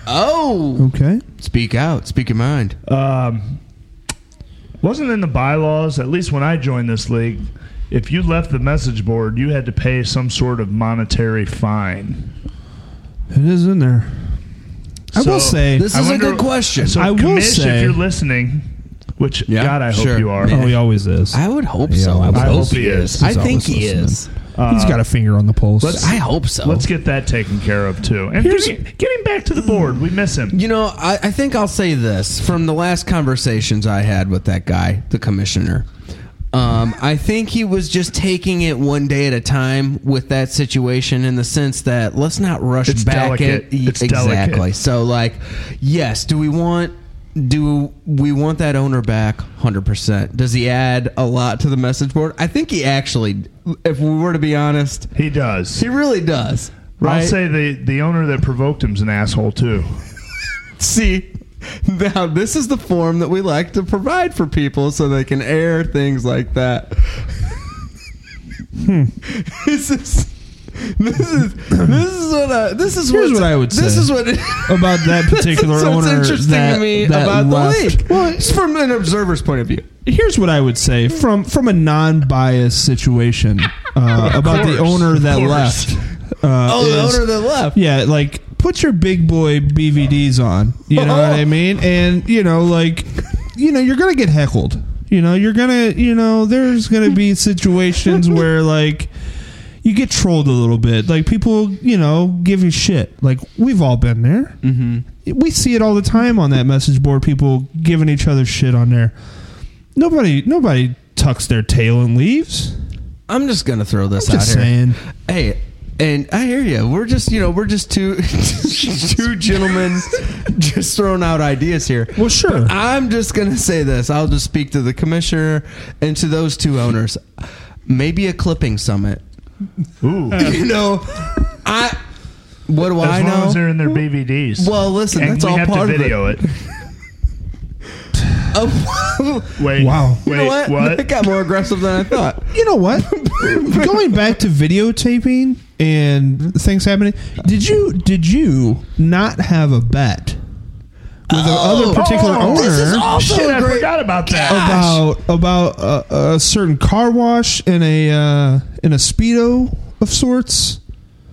Speaker 3: oh, Uh,
Speaker 2: Okay.
Speaker 3: speak out, speak your mind.
Speaker 4: Um, wasn't in the bylaws, at least when I joined this league. If you left the message board, you had to pay some sort of monetary fine.
Speaker 2: It is in there. I
Speaker 4: So-
Speaker 2: will say
Speaker 3: This
Speaker 4: I
Speaker 3: is a
Speaker 4: wonder-
Speaker 3: good question.
Speaker 4: So,
Speaker 2: I will
Speaker 4: commish,
Speaker 2: say-
Speaker 4: if you're listening, which
Speaker 3: Yeah,
Speaker 4: God, I hope
Speaker 3: sure.
Speaker 4: you are.
Speaker 2: Oh, he always is.
Speaker 3: I would hope so.
Speaker 2: I
Speaker 3: I, would
Speaker 4: I
Speaker 3: hope,
Speaker 4: hope he is.
Speaker 3: I
Speaker 2: He's
Speaker 3: think
Speaker 2: always
Speaker 3: he
Speaker 2: listening.
Speaker 3: is.
Speaker 2: He's got a finger on the pulse.
Speaker 3: I hope so.
Speaker 4: Let's get that taken care of too. And
Speaker 2: Here's-
Speaker 4: getting, getting back to the board, we miss him.
Speaker 3: you know, I, I think I'll say this from the last conversations I had with that guy, the commissioner. Um, I think he was just taking it one day at a time with that situation in the sense that let's not rush
Speaker 4: It's
Speaker 3: back
Speaker 4: delicate.
Speaker 3: in.
Speaker 4: It's
Speaker 3: exactly.
Speaker 4: delicate.
Speaker 3: So like, yes, do we want do we want that owner back 100%? Does he add a lot to the message board? I think he actually, if we were to be honest,
Speaker 4: He does.
Speaker 3: he really does. Right?
Speaker 4: I'll say the the owner that provoked him's an asshole too.
Speaker 3: See, now this is the form that we like to provide for people so they can air things like that.
Speaker 2: Hmm.
Speaker 3: this is. This is this is what I, this is
Speaker 2: Here's
Speaker 3: what's-
Speaker 2: what I would
Speaker 3: this
Speaker 2: say
Speaker 3: is what
Speaker 2: about that particular
Speaker 3: That's what's
Speaker 2: owner
Speaker 3: interesting
Speaker 2: that-
Speaker 3: to me
Speaker 2: that
Speaker 3: about
Speaker 2: left.
Speaker 3: the league. it's from an observer's point of view.
Speaker 2: Here's what I would say from from a non-biased situation uh, about the
Speaker 4: course,
Speaker 2: owner
Speaker 4: of
Speaker 2: that
Speaker 4: course.
Speaker 2: left. Uh,
Speaker 3: Oh,
Speaker 2: is-
Speaker 3: the owner that left.
Speaker 2: Yeah, like put your big boy BVDs on. You know what I mean? And you know, like, you know, you're gonna get heckled. You know, you're gonna, you know, there's gonna be situations where like you get trolled a little bit. Like people, you know, give you shit. Like we've all been there. Mm-hmm. We see it all the time on that message board. People giving each other shit on there. Nobody, nobody tucks their tail and leaves.
Speaker 3: I'm just gonna throw this out
Speaker 2: Just
Speaker 3: here.
Speaker 2: saying.
Speaker 3: Hey, and I hear you. We're just you know we're just two two gentlemen just throwing out ideas here.
Speaker 2: Well, sure.
Speaker 3: I'm just going to say this. I'll just speak to the commissioner and to those two owners. Maybe a clipping summit.
Speaker 4: Ooh.
Speaker 3: You know, I. What do I
Speaker 4: As long as
Speaker 3: know?
Speaker 4: they're in their BVDs.
Speaker 3: Well, listen,
Speaker 4: and
Speaker 3: that's
Speaker 4: we
Speaker 3: all
Speaker 4: have
Speaker 3: part
Speaker 4: to
Speaker 3: of it.
Speaker 4: video it.
Speaker 3: Oh,
Speaker 4: Wait.
Speaker 2: Wow.
Speaker 4: Wait.
Speaker 3: you know what?
Speaker 4: what?
Speaker 3: That got more aggressive than I thought.
Speaker 2: You know what? Going back to videotaping and things happening, did you did you not have a bet with the
Speaker 3: Oh.
Speaker 2: other particular
Speaker 4: Oh,
Speaker 2: owner
Speaker 4: this
Speaker 3: is also
Speaker 4: Shit, I
Speaker 3: great- Oh,
Speaker 4: forgot about that.
Speaker 2: about about a, a certain car wash in a uh, in a speedo of sorts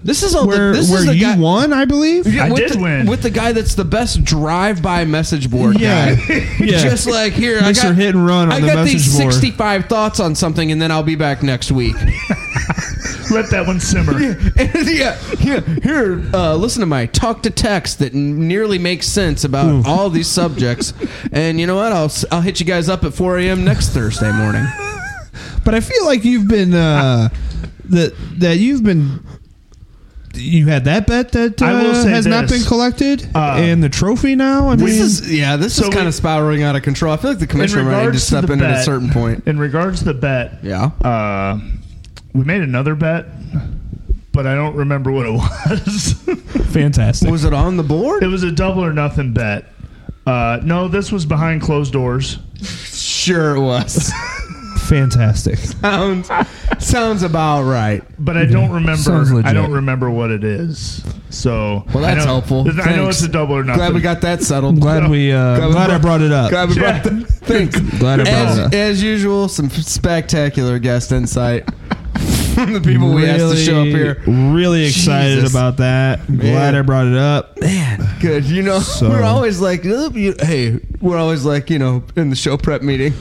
Speaker 3: This is all.
Speaker 2: where
Speaker 3: the, this
Speaker 2: where
Speaker 3: is the
Speaker 2: you
Speaker 3: guy,
Speaker 2: won, I believe.
Speaker 4: I
Speaker 3: with
Speaker 4: did
Speaker 3: the,
Speaker 4: win.
Speaker 3: with the guy that's the best drive-by message board
Speaker 2: Yeah.
Speaker 3: guy.
Speaker 2: Yeah.
Speaker 3: Just like here, I
Speaker 2: Mr.
Speaker 3: got
Speaker 2: Hit and Run on
Speaker 3: I
Speaker 2: the
Speaker 3: got these
Speaker 2: message board.
Speaker 3: sixty-five thoughts on something, and then I'll be back next week.
Speaker 4: Let that one simmer.
Speaker 3: yeah, yeah. Here, uh, listen to my talk to text that n- nearly makes sense about all these subjects. And you know what? I'll s- I'll hit you guys up at 4 a.m. next Thursday morning.
Speaker 2: But I feel like you've been uh, that that you've been you had that bet that uh,
Speaker 4: I will say
Speaker 2: has not
Speaker 4: this.
Speaker 2: been collected
Speaker 4: Uh,
Speaker 2: and the trophy now. I
Speaker 3: This
Speaker 2: mean,
Speaker 3: is yeah. This
Speaker 4: So
Speaker 3: is kind
Speaker 4: we-
Speaker 3: of spiraling out of control. I feel like the commissioner might need to
Speaker 4: regards to
Speaker 3: step
Speaker 4: the
Speaker 3: in at a
Speaker 4: bet-
Speaker 3: certain point.
Speaker 4: In regards to the bet,
Speaker 3: Yeah.
Speaker 4: uh, we made another bet, but I don't remember what it was.
Speaker 2: fantastic.
Speaker 3: Was it on the
Speaker 4: it
Speaker 3: board?
Speaker 4: was a double or nothing bet. Uh, no, this was behind closed doors.
Speaker 3: Sure, it was.
Speaker 2: fantastic.
Speaker 3: sounds sounds about right.
Speaker 4: But I don't
Speaker 2: Sounds
Speaker 4: remember.
Speaker 2: legit.
Speaker 4: I don't remember what it is. So
Speaker 3: Well, that's
Speaker 4: I know,
Speaker 3: helpful.
Speaker 4: I know
Speaker 3: Thanks.
Speaker 4: it's a double or nothing.
Speaker 3: Glad we got that settled.
Speaker 2: I'm glad we uh,
Speaker 3: Glad
Speaker 2: glad,
Speaker 3: we
Speaker 2: I brought it up.
Speaker 3: Glad we brought
Speaker 4: Yeah.
Speaker 3: that. Thanks.
Speaker 2: Glad I brought it
Speaker 3: As,
Speaker 2: up.
Speaker 3: as usual, some spectacular guest insight from the people we asked to show up here.
Speaker 2: Really excited
Speaker 3: Jesus.
Speaker 2: about that. Glad I brought it up.
Speaker 3: Man, good. You know,
Speaker 2: So-
Speaker 3: we're always like, "Oop, you- hey, we're always like, you know, in the show prep meeting,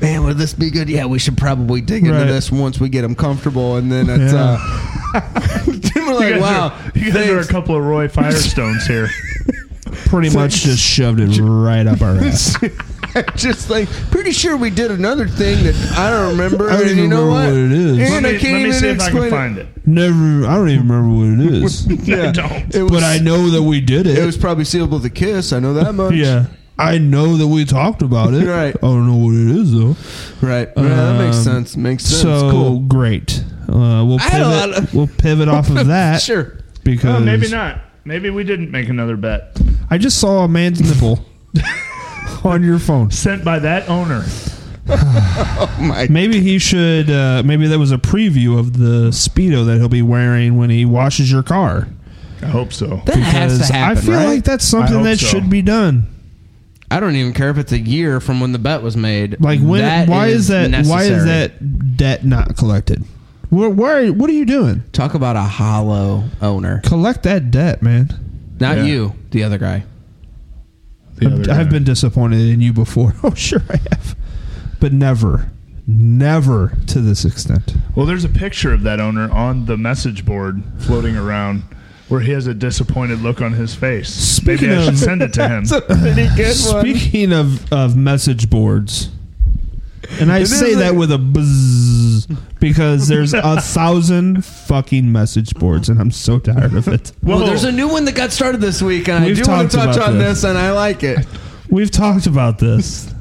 Speaker 3: man, would this be good? Yeah, we should probably dig
Speaker 2: Right.
Speaker 3: into this once we get them comfortable, and then it's.
Speaker 2: Yeah.
Speaker 3: Uh, we're
Speaker 4: You
Speaker 3: like,
Speaker 4: guys
Speaker 3: wow,
Speaker 4: Are, you guys are a
Speaker 3: thanks.
Speaker 4: couple of Roy Firestones here.
Speaker 2: Pretty much just shoved it right up our ass.
Speaker 3: just like pretty sure we did another thing that I don't remember.
Speaker 2: I don't
Speaker 3: and
Speaker 2: even
Speaker 3: you know
Speaker 2: remember what it is.
Speaker 3: And
Speaker 4: Let me,
Speaker 3: I can't
Speaker 4: let me
Speaker 3: even
Speaker 4: see if I
Speaker 3: explain
Speaker 4: can find it.
Speaker 2: Never. I don't even remember what it is,
Speaker 3: it. Yeah.
Speaker 4: I don't.
Speaker 3: It was,
Speaker 2: but I know that we did it.
Speaker 3: It was probably sealable with a kiss. I know that much.
Speaker 2: yeah. I know that we talked about it.
Speaker 3: Right.
Speaker 2: I don't know what it is though.
Speaker 3: Right. Yeah, that makes
Speaker 2: Um,
Speaker 3: sense. Makes sense.
Speaker 2: so
Speaker 3: cool.
Speaker 2: great. Uh, we'll
Speaker 3: I had a
Speaker 2: pivot.
Speaker 3: lot of-
Speaker 2: we'll pivot off of that
Speaker 3: Sure.
Speaker 2: because
Speaker 3: Uh,
Speaker 4: Oh, maybe not. Maybe we didn't make another bet
Speaker 2: I just saw a man's nipple on your phone.
Speaker 4: sent by that owner.
Speaker 3: My
Speaker 2: Maybe he should. Uh, maybe that was a preview of the speedo that he'll be wearing when he washes your car.
Speaker 4: I hope so.
Speaker 3: That has
Speaker 2: Because
Speaker 3: to happen,
Speaker 2: I feel
Speaker 3: right?
Speaker 2: like that's something
Speaker 4: hope
Speaker 2: that
Speaker 4: so.
Speaker 2: should be done.
Speaker 3: I don't even care if it's a year from when the bet was made.
Speaker 2: Like when?
Speaker 3: That
Speaker 2: why is, that? Why is
Speaker 3: necessary.
Speaker 2: that debt not collected? Where, where? What are you doing?
Speaker 3: Talk about a hollow owner.
Speaker 2: Collect that debt, man.
Speaker 3: Not
Speaker 4: Yeah.
Speaker 3: you, the other guy.
Speaker 4: The other
Speaker 2: I've
Speaker 4: guy.
Speaker 2: been disappointed in you before. Oh, sure I have, but never, never to this extent.
Speaker 4: Well, there's a picture of that owner on the message board floating around where he has a disappointed look on his face.
Speaker 2: Speaking
Speaker 4: Maybe I
Speaker 2: of-
Speaker 4: should send it to him.
Speaker 3: Pretty good
Speaker 2: Speaking of, of message boards, and I say
Speaker 3: is a-
Speaker 2: that with a buzz because there's a thousand fucking message boards, and I'm so tired of it.
Speaker 3: Well,
Speaker 4: Whoa.
Speaker 3: there's a new one that got started this week, and I
Speaker 2: We've
Speaker 3: do
Speaker 2: talked
Speaker 3: want to touch
Speaker 2: about
Speaker 3: on
Speaker 2: this.
Speaker 3: this. and I like it.
Speaker 2: We've talked about this.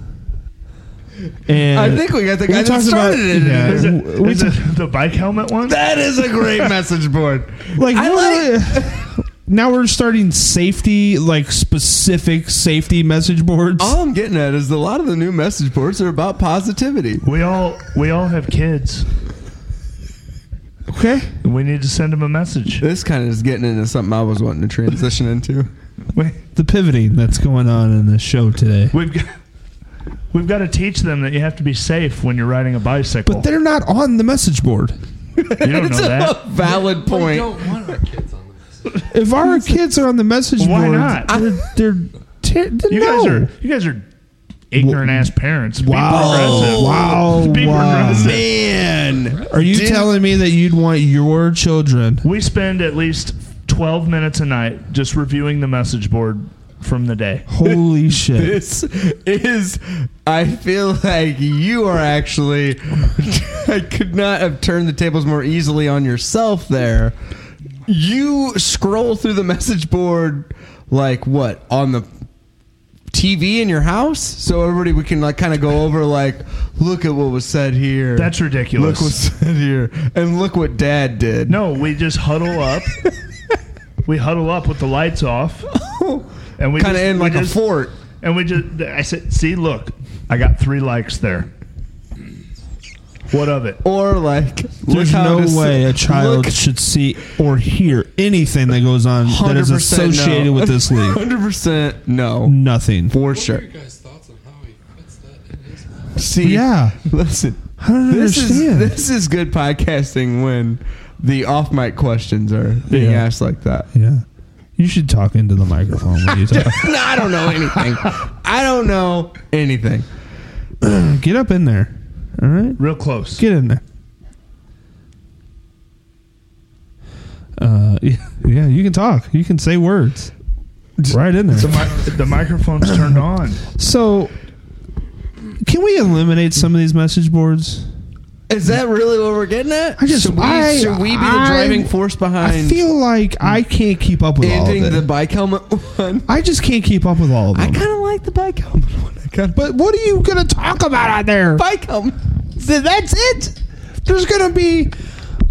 Speaker 2: And
Speaker 3: I think we got the guy that
Speaker 2: talked about-
Speaker 3: started it.
Speaker 2: yeah.
Speaker 4: Is it,
Speaker 2: We
Speaker 4: is it the bike helmet one?
Speaker 3: That is a great message board.
Speaker 2: like,
Speaker 3: I
Speaker 2: what are- now we're starting safety, like specific safety message boards.
Speaker 3: All I'm getting at is a lot of the new message boards are about positivity.
Speaker 4: we all we all have kids.
Speaker 2: Okay.
Speaker 4: We need to send them a message.
Speaker 3: This kind of is getting into something I was wanting to transition into.
Speaker 4: We,
Speaker 3: Uh,
Speaker 2: The pivoting that's going on in the show today.
Speaker 4: we've got we've got to teach them that you have to be safe when you're riding a bicycle.
Speaker 2: But they're not on the message board.
Speaker 4: you don't know
Speaker 3: a
Speaker 4: that.
Speaker 3: valid
Speaker 7: We
Speaker 3: point.
Speaker 7: don't want our kids on the message.
Speaker 2: If our kids are on the message
Speaker 4: Why
Speaker 2: board,
Speaker 4: not?
Speaker 2: they're, they're, ter-
Speaker 4: You
Speaker 2: no.
Speaker 4: guys are you guys are ignorant ass parents. Be progressive.
Speaker 2: Wow.
Speaker 4: Be
Speaker 2: Wow.
Speaker 4: progressive.
Speaker 3: Man,
Speaker 2: Are you telling me that you'd want your children?
Speaker 4: We spend at least 12 minutes a night just reviewing the message board from the day.
Speaker 3: Oh
Speaker 2: Holy shit.
Speaker 3: this is. I feel like you are actually. I could not have turned the tables more easily on yourself there. You scroll through the message board like what on the TV in your house, so everybody we can like kind of go over like, look at what was said here.
Speaker 4: That's ridiculous.
Speaker 3: Look what's said here, and look what Dad did.
Speaker 4: No, we just huddle up. we huddle up with the lights off. And we
Speaker 3: kind of
Speaker 4: just-
Speaker 3: in
Speaker 4: we
Speaker 3: like a
Speaker 4: just-
Speaker 3: fort.
Speaker 4: And we just, I said, see, look, I got three likes there. What of it?
Speaker 3: Or like,
Speaker 2: There's no way a child
Speaker 3: Look,
Speaker 2: should see or hear anything that goes on that is
Speaker 3: 100%
Speaker 2: associated
Speaker 3: no.
Speaker 2: with this league.
Speaker 3: hundred percent no,
Speaker 2: Nothing.
Speaker 3: for
Speaker 7: What are
Speaker 3: sure.
Speaker 7: your guys' thoughts on how he fits that in his mouth?
Speaker 3: See,
Speaker 2: Yeah.
Speaker 3: listen,
Speaker 2: I don't
Speaker 3: this
Speaker 2: understand.
Speaker 3: is this is good podcasting when the off mic questions are being
Speaker 2: Yeah.
Speaker 3: asked like that.
Speaker 2: yeah. You should talk into the microphone when you talk.
Speaker 3: no, I don't know anything. I don't know anything.
Speaker 2: Get up in there. All right?
Speaker 4: Real close.
Speaker 2: Get in there. Uh, yeah, yeah, you can talk. You can say words. Right in there.
Speaker 4: The, mi- the microphone's turned on.
Speaker 2: So, can we eliminate some of these message boards?
Speaker 3: Is that really what we're getting at?
Speaker 2: I just-
Speaker 3: should, we,
Speaker 2: I-
Speaker 3: should we be
Speaker 2: I-
Speaker 3: the driving force
Speaker 2: I
Speaker 3: behind
Speaker 2: feel like I can't keep up with all of
Speaker 3: ending
Speaker 2: it.
Speaker 3: the bike helmet one?
Speaker 2: I just can't keep up with all of
Speaker 3: I
Speaker 2: them.
Speaker 3: kind of like the bike helmet one. I kind of
Speaker 2: but what are you going to talk about on there?
Speaker 3: bike helmet.
Speaker 2: Th- That's it. There's going to be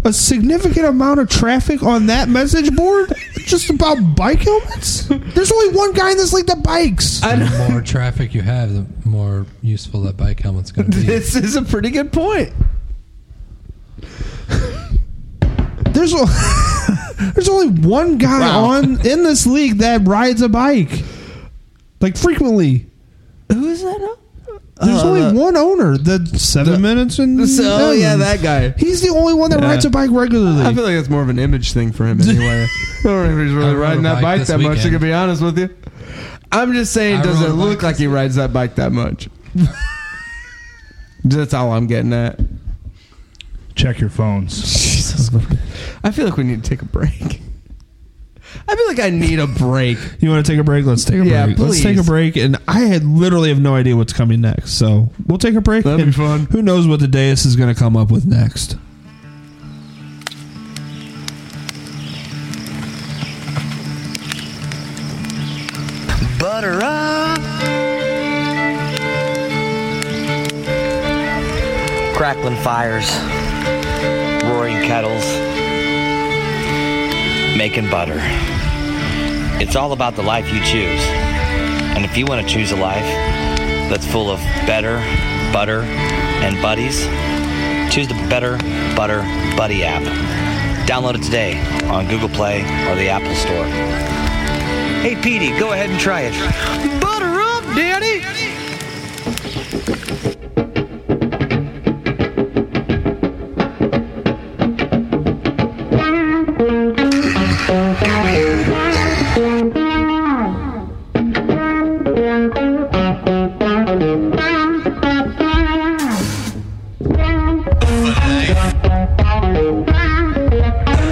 Speaker 2: a significant amount of traffic on that message board just about bike helmets. There's only one guy in this league that bikes.
Speaker 3: I know.
Speaker 7: The more traffic you have, the more useful that bike helmet's going to be.
Speaker 3: This is a pretty good point.
Speaker 2: There's o- there's only one guy
Speaker 3: Wow.
Speaker 2: on in this league that rides a bike like frequently.
Speaker 3: Who is that? Up?
Speaker 2: There's
Speaker 3: Uh,
Speaker 2: only one owner. The seven minutes and
Speaker 3: So oh, yeah,
Speaker 2: Evans.
Speaker 3: that guy.
Speaker 2: He's the only one that
Speaker 3: Yeah.
Speaker 2: rides a bike regularly.
Speaker 3: I feel like that's more of an image thing for him anyway. I don't know if he's really
Speaker 7: I rode a
Speaker 3: riding that
Speaker 7: bike
Speaker 3: bike
Speaker 7: this
Speaker 3: that much. To
Speaker 7: weekend.
Speaker 3: be honest with you, I'm just saying,
Speaker 7: I
Speaker 3: does
Speaker 7: rode
Speaker 3: it
Speaker 7: a
Speaker 3: look
Speaker 7: bike
Speaker 3: like he rides that bike that much? that's all I'm getting at.
Speaker 4: Check your phones.
Speaker 3: Jesus, Christ. I feel like we need to take a break. I feel like I need a break.
Speaker 2: you want to take a break? Let's take a
Speaker 3: Yeah,
Speaker 2: break. Let's take a
Speaker 3: please.
Speaker 2: break. And I had literally have no idea what's coming next, so we'll take a break.
Speaker 3: That'd be
Speaker 2: and
Speaker 3: fun.
Speaker 2: Who knows what the dais is going to come up with next?
Speaker 6: butter up. Crackling fires, roaring kettles, making butter. It's all about the life you choose. And if you want to choose a life that's full of better, butter, and buddies, choose the Better Butter Buddy app. Download it today on Google Play or the Apple Store. Hey, Petey, go ahead and try it. Butter up, Daddy!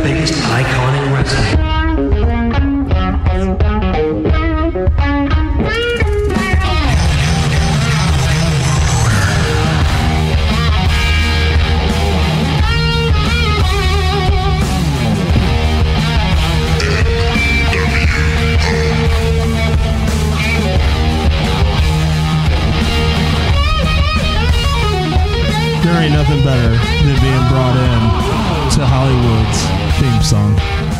Speaker 8: biggest icon in wrestling.
Speaker 2: nothing better than being brought in to Hollywood's theme song.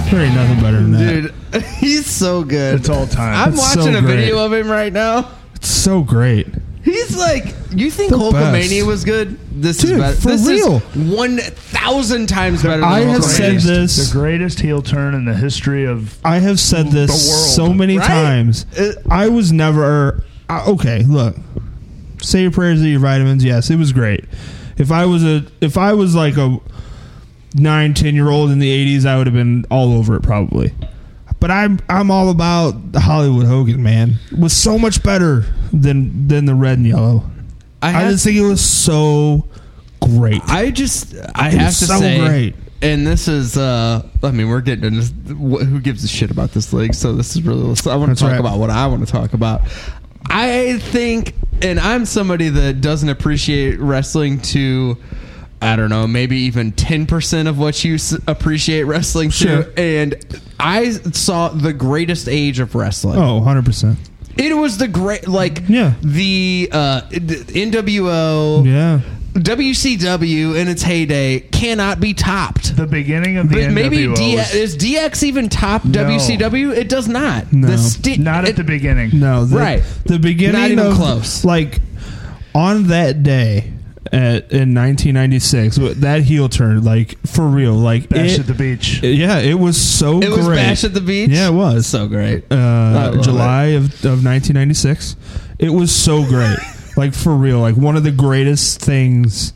Speaker 2: There ain't nothing better than that.
Speaker 3: Dude, he's so good.
Speaker 4: It's all time.
Speaker 3: I'm
Speaker 2: It's so
Speaker 3: watching a
Speaker 2: great.
Speaker 3: video of him right now.
Speaker 2: It's so great.
Speaker 3: He's like, you think
Speaker 2: The
Speaker 3: Hulkamania
Speaker 2: best.
Speaker 3: was good? This
Speaker 2: Dude,
Speaker 3: is better.
Speaker 2: for
Speaker 3: this
Speaker 2: real.
Speaker 3: is one thousand times better. Than
Speaker 2: I have said
Speaker 3: Hulkamania.
Speaker 4: the
Speaker 2: this.
Speaker 4: greatest heel turn in the history of
Speaker 2: I have said this
Speaker 4: world,
Speaker 2: so many
Speaker 3: right?
Speaker 2: times.
Speaker 3: It-
Speaker 2: I was never. I, okay, look. Say your prayers, eat your vitamins. Yes, it was great. If I was a, if I was like a nine, ten year old in the '80s, I would have been all over it probably. But I'm, I'm all about the Hollywood Hogan, man. It was so much better than than the red and yellow.
Speaker 3: I
Speaker 2: I,
Speaker 3: have, I
Speaker 2: just think it was so great.
Speaker 3: just, I
Speaker 2: It was
Speaker 3: have to
Speaker 2: so
Speaker 3: say,
Speaker 2: great.
Speaker 3: and this is, uh, I mean, we're getting into wh- who gives a shit about this league. So this is really, I want
Speaker 2: That's
Speaker 3: to talk
Speaker 2: right.
Speaker 3: about what I want to talk about. I think, and I'm somebody that doesn't appreciate wrestling to. I don't know, maybe even 10% of what you s- appreciate wrestling
Speaker 2: Sure.
Speaker 3: to. And I saw the greatest age of wrestling.
Speaker 2: oh, 100 percent.
Speaker 3: It was the great, like
Speaker 2: Yeah.
Speaker 3: the uh, d- NWO,
Speaker 2: Yeah.
Speaker 3: WCW in its heyday cannot be topped.
Speaker 4: the beginning of the
Speaker 3: But
Speaker 4: NWO.
Speaker 3: maybe D-
Speaker 4: was-
Speaker 3: is DX even top WCW? It does not.
Speaker 2: No.
Speaker 3: The sti-
Speaker 4: not at
Speaker 3: it-
Speaker 4: the beginning.
Speaker 2: No, the,
Speaker 3: Right.
Speaker 2: The beginning
Speaker 3: Not even
Speaker 2: of
Speaker 3: close.
Speaker 2: like on that day at, in 1996, with that heel turn, like for real, like
Speaker 4: Bash
Speaker 2: it-
Speaker 4: at the beach.
Speaker 2: yeah, it was so
Speaker 3: It
Speaker 2: great.
Speaker 3: was Bash at the Beach.
Speaker 2: Yeah, it was.
Speaker 3: so great. I
Speaker 2: uh,
Speaker 3: love
Speaker 2: July of, of 1996. It was so great, like for real, like one of the greatest things.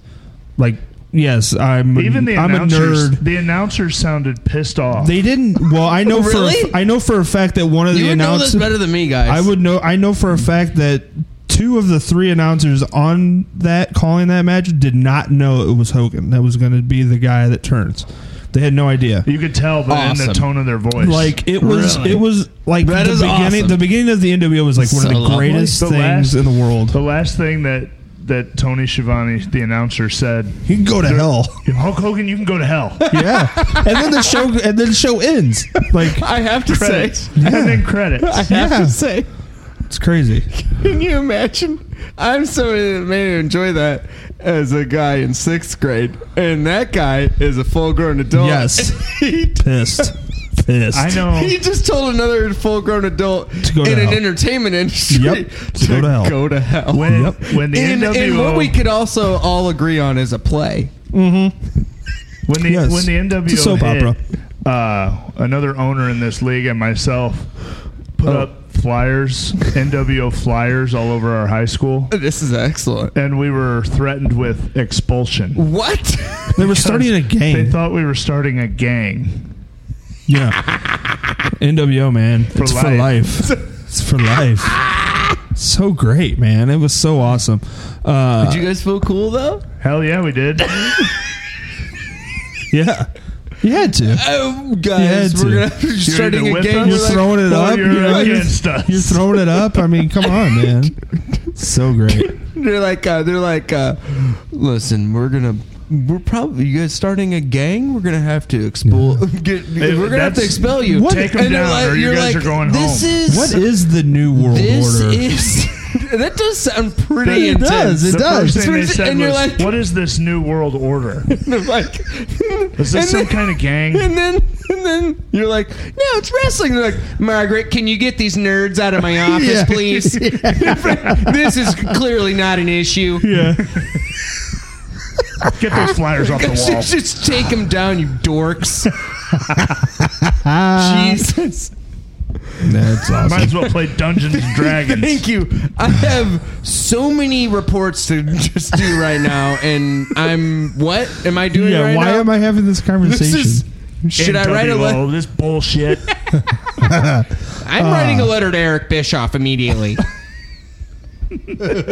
Speaker 2: Like, yes, I'm
Speaker 4: Even the
Speaker 2: I'm a
Speaker 4: announcers,
Speaker 2: nerd.
Speaker 4: the announcers sounded pissed off.
Speaker 2: They didn't. Well, I know for
Speaker 3: Really?
Speaker 2: a- I know for a fact that one of
Speaker 3: You
Speaker 2: the
Speaker 3: would know
Speaker 2: announcers
Speaker 3: this better than me, guys.
Speaker 2: I would know. I know for a fact that two of the three announcers on that calling that match did not know it was Hogan that was going to be the guy that turns. They had no idea.
Speaker 4: you could tell, but in
Speaker 3: Awesome.
Speaker 4: the tone of their voice,
Speaker 2: Like it was.
Speaker 3: Really?
Speaker 2: It was like
Speaker 3: That
Speaker 2: the
Speaker 3: is
Speaker 2: beginning.
Speaker 3: awesome.
Speaker 2: The beginning of the NWO was like one
Speaker 3: So
Speaker 2: of the
Speaker 3: lovely.
Speaker 2: greatest
Speaker 4: The
Speaker 2: things
Speaker 4: last-
Speaker 2: in the world.
Speaker 4: the last thing that that Tony Schiavone, the announcer, said,
Speaker 2: You can go to hell.
Speaker 4: "Hulk Hogan, you can go to hell."
Speaker 2: yeah, and then the show and then the show ends. Like
Speaker 3: I have to
Speaker 4: credits
Speaker 3: say.
Speaker 4: and then credits.
Speaker 3: I have
Speaker 2: Yeah.
Speaker 3: to say.
Speaker 2: it's crazy.
Speaker 3: Can you imagine? I'm somebody that made it enjoy that as a guy in sixth grade, and that guy is a full-grown adult.
Speaker 2: Yes.
Speaker 3: he,
Speaker 2: Pissed. Pissed.
Speaker 4: I know.
Speaker 3: he just told another full-grown adult
Speaker 2: go to
Speaker 3: in an
Speaker 2: hell.
Speaker 3: entertainment industry
Speaker 2: Yep. To go to hell.
Speaker 3: Go to hell.
Speaker 4: When,
Speaker 2: Yep.
Speaker 4: when the
Speaker 3: and,
Speaker 4: NWO,
Speaker 3: and what we could also all agree on is a play.
Speaker 4: when the
Speaker 2: Yes.
Speaker 4: when the NWO
Speaker 2: It's a soap
Speaker 4: hit,
Speaker 2: opera.
Speaker 4: Uh, another owner in this league and myself put
Speaker 2: Oh.
Speaker 4: up flyers, NWO flyers, all over our high school,
Speaker 3: This is excellent.
Speaker 4: and we were threatened with expulsion.
Speaker 3: What?
Speaker 2: They were starting a game.
Speaker 4: They thought we were starting a gang.
Speaker 2: Yeah. NWO, man. it's for
Speaker 4: life.
Speaker 2: life. It's for life. So great, man. It was so awesome. Uh,
Speaker 3: Did you guys feel cool though?
Speaker 4: Hell yeah, we did.
Speaker 2: yeah. You had to.
Speaker 3: Oh, guys,
Speaker 2: Yeah,
Speaker 3: we're
Speaker 2: dude.
Speaker 3: gonna have to
Speaker 4: You're
Speaker 3: starting
Speaker 4: either
Speaker 3: a
Speaker 4: with
Speaker 3: game.
Speaker 4: us
Speaker 2: You're
Speaker 3: We're like,
Speaker 2: throwing it
Speaker 4: Or
Speaker 2: up.
Speaker 4: you're
Speaker 2: You're, you're,
Speaker 4: against us.
Speaker 2: you're throwing it up. I mean, come on, man. So great.
Speaker 3: They're like, uh, they're like, uh, listen, we're gonna, we're probably you guys starting a gang. We're gonna have to expel, get, we're gonna have to
Speaker 4: that's-
Speaker 3: expel you.
Speaker 4: What- Take 'em
Speaker 3: And they're
Speaker 4: down, or you
Speaker 3: you're
Speaker 4: guys are going
Speaker 3: this
Speaker 4: home."
Speaker 3: Is,
Speaker 2: What is the new world
Speaker 3: this?
Speaker 2: order?
Speaker 3: Is that does sound pretty
Speaker 2: It does,
Speaker 3: intense?
Speaker 2: it
Speaker 4: the
Speaker 2: does.
Speaker 4: first thing they said
Speaker 3: And you're
Speaker 4: was,
Speaker 3: like-
Speaker 4: "What is this new world order?
Speaker 3: They're like,
Speaker 4: Is
Speaker 3: And
Speaker 4: this some
Speaker 3: then-
Speaker 4: kind of gang?"
Speaker 3: and then and then you're like, no, it's wrestling. They're like, Margaret, can you get these nerds out of my office,
Speaker 2: Yeah.
Speaker 3: please? this is clearly not an issue.
Speaker 2: Yeah.
Speaker 4: Get those flyers off the wall.
Speaker 3: Just, just take them down, you dorks. Jesus.
Speaker 2: That's
Speaker 4: Might
Speaker 2: awesome.
Speaker 4: as well play Dungeons and Dragons.
Speaker 3: Thank you. I have so many reports to just do right now, and I'm what am I doing
Speaker 2: Yeah,
Speaker 3: right
Speaker 2: why
Speaker 3: now?
Speaker 2: am I having this
Speaker 3: This
Speaker 2: conversation?
Speaker 3: is. Should I write a letter?
Speaker 4: NWO, This bullshit.
Speaker 3: I'm writing a letter to Eric Bischoff immediately.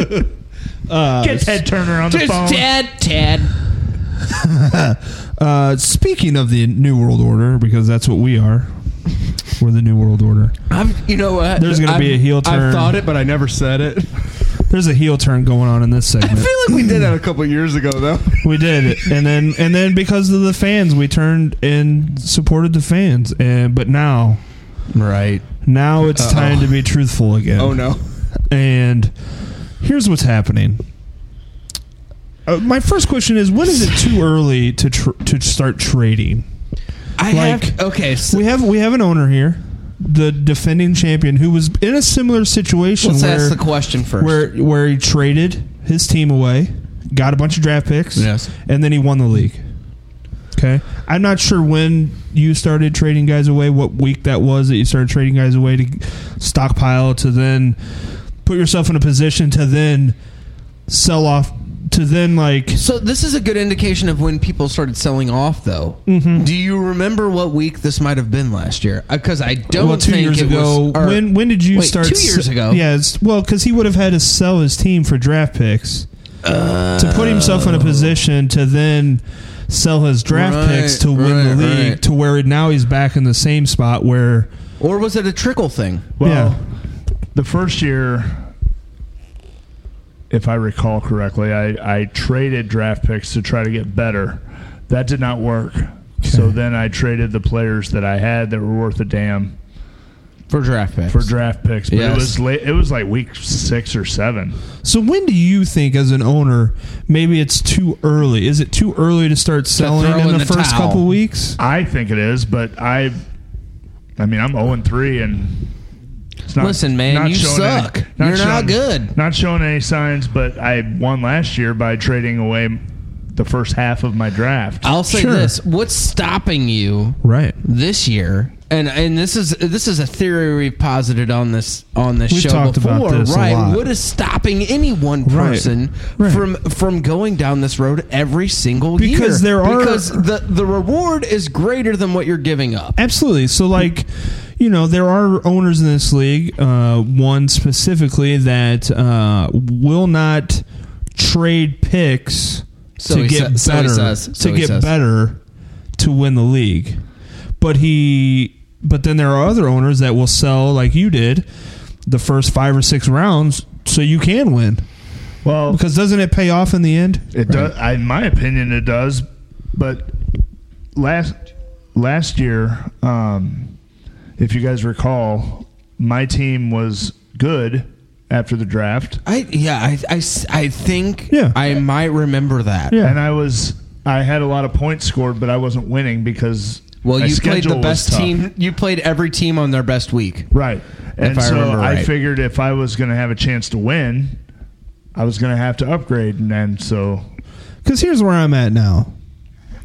Speaker 4: Get Ted Turner on the
Speaker 3: Uh, Just
Speaker 4: phone.
Speaker 3: Ted, Ted.
Speaker 2: uh, speaking of the new world order, because that's what we are. We're the new world order.
Speaker 3: I'm, you know what?
Speaker 2: There's gonna be
Speaker 3: I've-
Speaker 2: a heel turn.
Speaker 3: I've thought it, but I never said it.
Speaker 2: There's a heel turn going on in this
Speaker 3: I
Speaker 2: segment.
Speaker 3: feel like we did that a couple years ago, though.
Speaker 2: We did, and then and then because of the fans, we turned and supported the fans. And but now,
Speaker 3: Right.
Speaker 2: now it's time to be truthful again.
Speaker 3: Oh no.
Speaker 2: And here's what's happening. uh, my first question is: When is it too early to tr- to start trading?
Speaker 3: I
Speaker 2: Like-
Speaker 3: have okay. So
Speaker 2: We have we have an owner here, the defending champion, who was in a similar situation.
Speaker 3: let's
Speaker 2: where,
Speaker 3: ask the question first.
Speaker 2: where where he traded his team away, got a bunch of draft picks,
Speaker 3: Yes.
Speaker 2: and then he won the league. Okay, I'm not sure when you started trading guys away, what week that was that you started trading guys away to stockpile to then put yourself in a position to then sell off to then like
Speaker 3: so this is a good indication of when people started selling off, though. Do you remember what week this might have been last year? Because I don't
Speaker 2: well, two
Speaker 3: think
Speaker 2: years
Speaker 3: it
Speaker 2: ago.
Speaker 3: was. or-
Speaker 2: when when did you
Speaker 3: wait,
Speaker 2: start?
Speaker 3: Two years
Speaker 2: se-
Speaker 3: ago.
Speaker 2: Yeah, it's, well, because he would have had to sell his team for draft picks to put himself in a position to then sell his draft
Speaker 3: Oh. Right,
Speaker 2: picks to win the
Speaker 3: right,
Speaker 2: league.
Speaker 3: right.
Speaker 2: To where now he's back in the same spot where
Speaker 3: Or was it a trickle thing?
Speaker 4: Well,
Speaker 2: Yeah.
Speaker 4: the first year, if I recall correctly, I, I traded draft picks to try to get better. That did not work. So then I traded the players that I had that were worth a damn
Speaker 3: For draft picks.
Speaker 4: for draft picks. But
Speaker 3: Yes.
Speaker 4: it was late, it was like week six or seven.
Speaker 2: So when do you think, as an owner, maybe it's too early? Is it too early to start selling
Speaker 3: throw
Speaker 2: in,
Speaker 3: in
Speaker 2: the,
Speaker 3: the
Speaker 2: first
Speaker 3: towel.
Speaker 2: couple weeks?
Speaker 4: I think it is, but I, I mean, I'm 0 and 3 and. It's not,
Speaker 3: Listen, man,
Speaker 4: not
Speaker 3: you
Speaker 4: showing
Speaker 3: suck.
Speaker 4: Any,
Speaker 3: You're not
Speaker 4: showing-
Speaker 3: good.
Speaker 4: Not showing any signs, but I won last year by trading away the first half of my draft.
Speaker 3: I'll say
Speaker 2: Sure.
Speaker 3: this: What's stopping you
Speaker 2: Right.
Speaker 3: this year? And and this is this is a theory we've posited on this on this
Speaker 2: We've
Speaker 3: show
Speaker 2: talked
Speaker 3: before,
Speaker 2: about this a
Speaker 3: right?
Speaker 2: lot.
Speaker 3: What is stopping any one
Speaker 2: Right.
Speaker 3: person
Speaker 2: Right.
Speaker 3: from from going down this road every single year?
Speaker 2: Because there are-
Speaker 3: because the the reward is greater than what you're giving up.
Speaker 2: Absolutely. So, like, you know, there are owners in this league, uh, one specifically that uh, will not trade picks
Speaker 3: So
Speaker 2: to
Speaker 3: he
Speaker 2: get
Speaker 3: sa- so he
Speaker 2: better
Speaker 3: says. So
Speaker 2: to
Speaker 3: he
Speaker 2: get
Speaker 3: says.
Speaker 2: better to win the league. But he, but then there are other owners that will sell like you did the first five or six rounds so you can win
Speaker 4: Well,
Speaker 2: because doesn't it pay off in the end?
Speaker 4: it does. I, in my opinion, it does. But last last year, um, if you guys recall, my team was good after the draft,
Speaker 3: I yeah, I I s- I think
Speaker 2: Yeah.
Speaker 3: I might remember that.
Speaker 2: Yeah.
Speaker 4: and I was I had a lot of points scored, but I wasn't winning because
Speaker 3: Well,
Speaker 4: my
Speaker 3: you played the
Speaker 4: schedule was
Speaker 3: best
Speaker 4: tough.
Speaker 3: team. You played every team on their best week.
Speaker 4: right? And
Speaker 3: I
Speaker 4: so
Speaker 3: remember
Speaker 4: I
Speaker 3: right.
Speaker 4: figured if I was going to have a chance to win, I was going to have to upgrade, and, and so
Speaker 2: Because here's where I'm at now.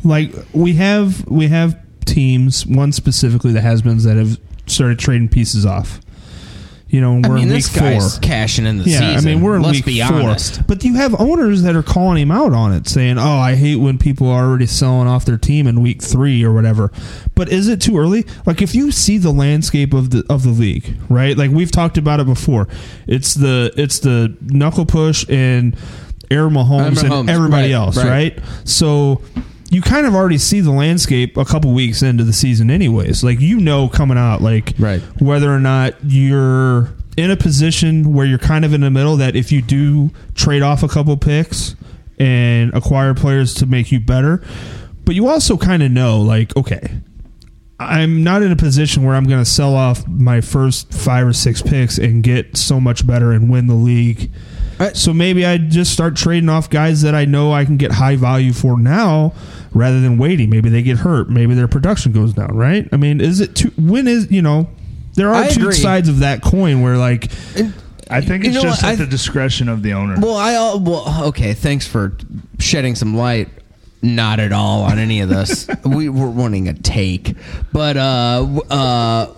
Speaker 2: Like we have we have teams, one specifically the Hasbens that have started trading pieces off. You know, and
Speaker 3: I
Speaker 2: we're
Speaker 3: mean,
Speaker 2: in week
Speaker 3: this guy's
Speaker 2: four.
Speaker 3: cashing in the
Speaker 2: Yeah,
Speaker 3: season.
Speaker 2: I mean we're in
Speaker 3: Let's
Speaker 2: week
Speaker 3: be
Speaker 2: four.
Speaker 3: honest.
Speaker 2: But you have owners that are calling him out on it, saying, "Oh, I hate when people are already selling off their team in week three or whatever." But is it too early? Like, if you see the landscape of the of the league, right? Like we've talked about it before. It's the it's the knuckle push and Air Mahomes,
Speaker 3: Aaron Mahomes,
Speaker 2: and everybody
Speaker 3: right,
Speaker 2: else,
Speaker 3: right.
Speaker 2: right? So. You kind of already see the landscape a couple weeks into the season, anyways. Like you know, coming out, like
Speaker 3: Right.
Speaker 2: whether or not you're in a position where you're kind of in the middle that if you do trade off a couple picks and acquire players to make you better but you also kind of know like okay i'm not in a position where i'm going to sell off my first five or six picks and get so much better and win the league
Speaker 3: I-
Speaker 2: so maybe i just start trading off guys that i know i can get high value for now rather than waiting maybe they get hurt maybe their production goes down right i mean is it too when is you know there are
Speaker 3: I
Speaker 2: two
Speaker 3: agree.
Speaker 2: sides of that coin where like
Speaker 4: I think
Speaker 3: You
Speaker 4: it's
Speaker 3: know
Speaker 4: just
Speaker 3: what?
Speaker 4: at
Speaker 3: I-
Speaker 4: the discretion of the owner.
Speaker 3: Well, I all well okay. Thanks for shedding some light. Not at all on any of this. we were wanting a take, but uh, w- uh,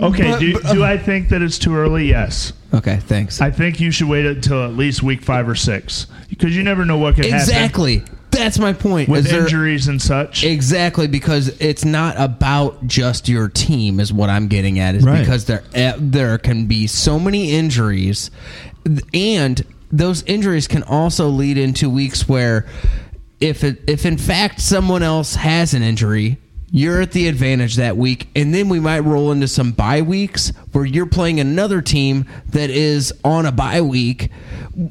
Speaker 4: Okay,
Speaker 3: But-
Speaker 4: do,
Speaker 3: but- uh,
Speaker 4: do I think that it's too early? Yes.
Speaker 3: okay, thanks.
Speaker 4: I think you should wait until at least week five or six because you never know what could happen
Speaker 3: exactly. That's my point.
Speaker 4: with
Speaker 3: Is there-
Speaker 4: injuries and such.
Speaker 3: Exactly, because it's not about just your team, is what I'm getting at. Is
Speaker 2: Right.
Speaker 3: because there eh, there can be so many injuries, and those injuries can also lead into weeks where, if it, if in fact someone else has an injury. You're at the advantage that week, and then we might roll into some bye weeks where you're playing another team that is on a bye week,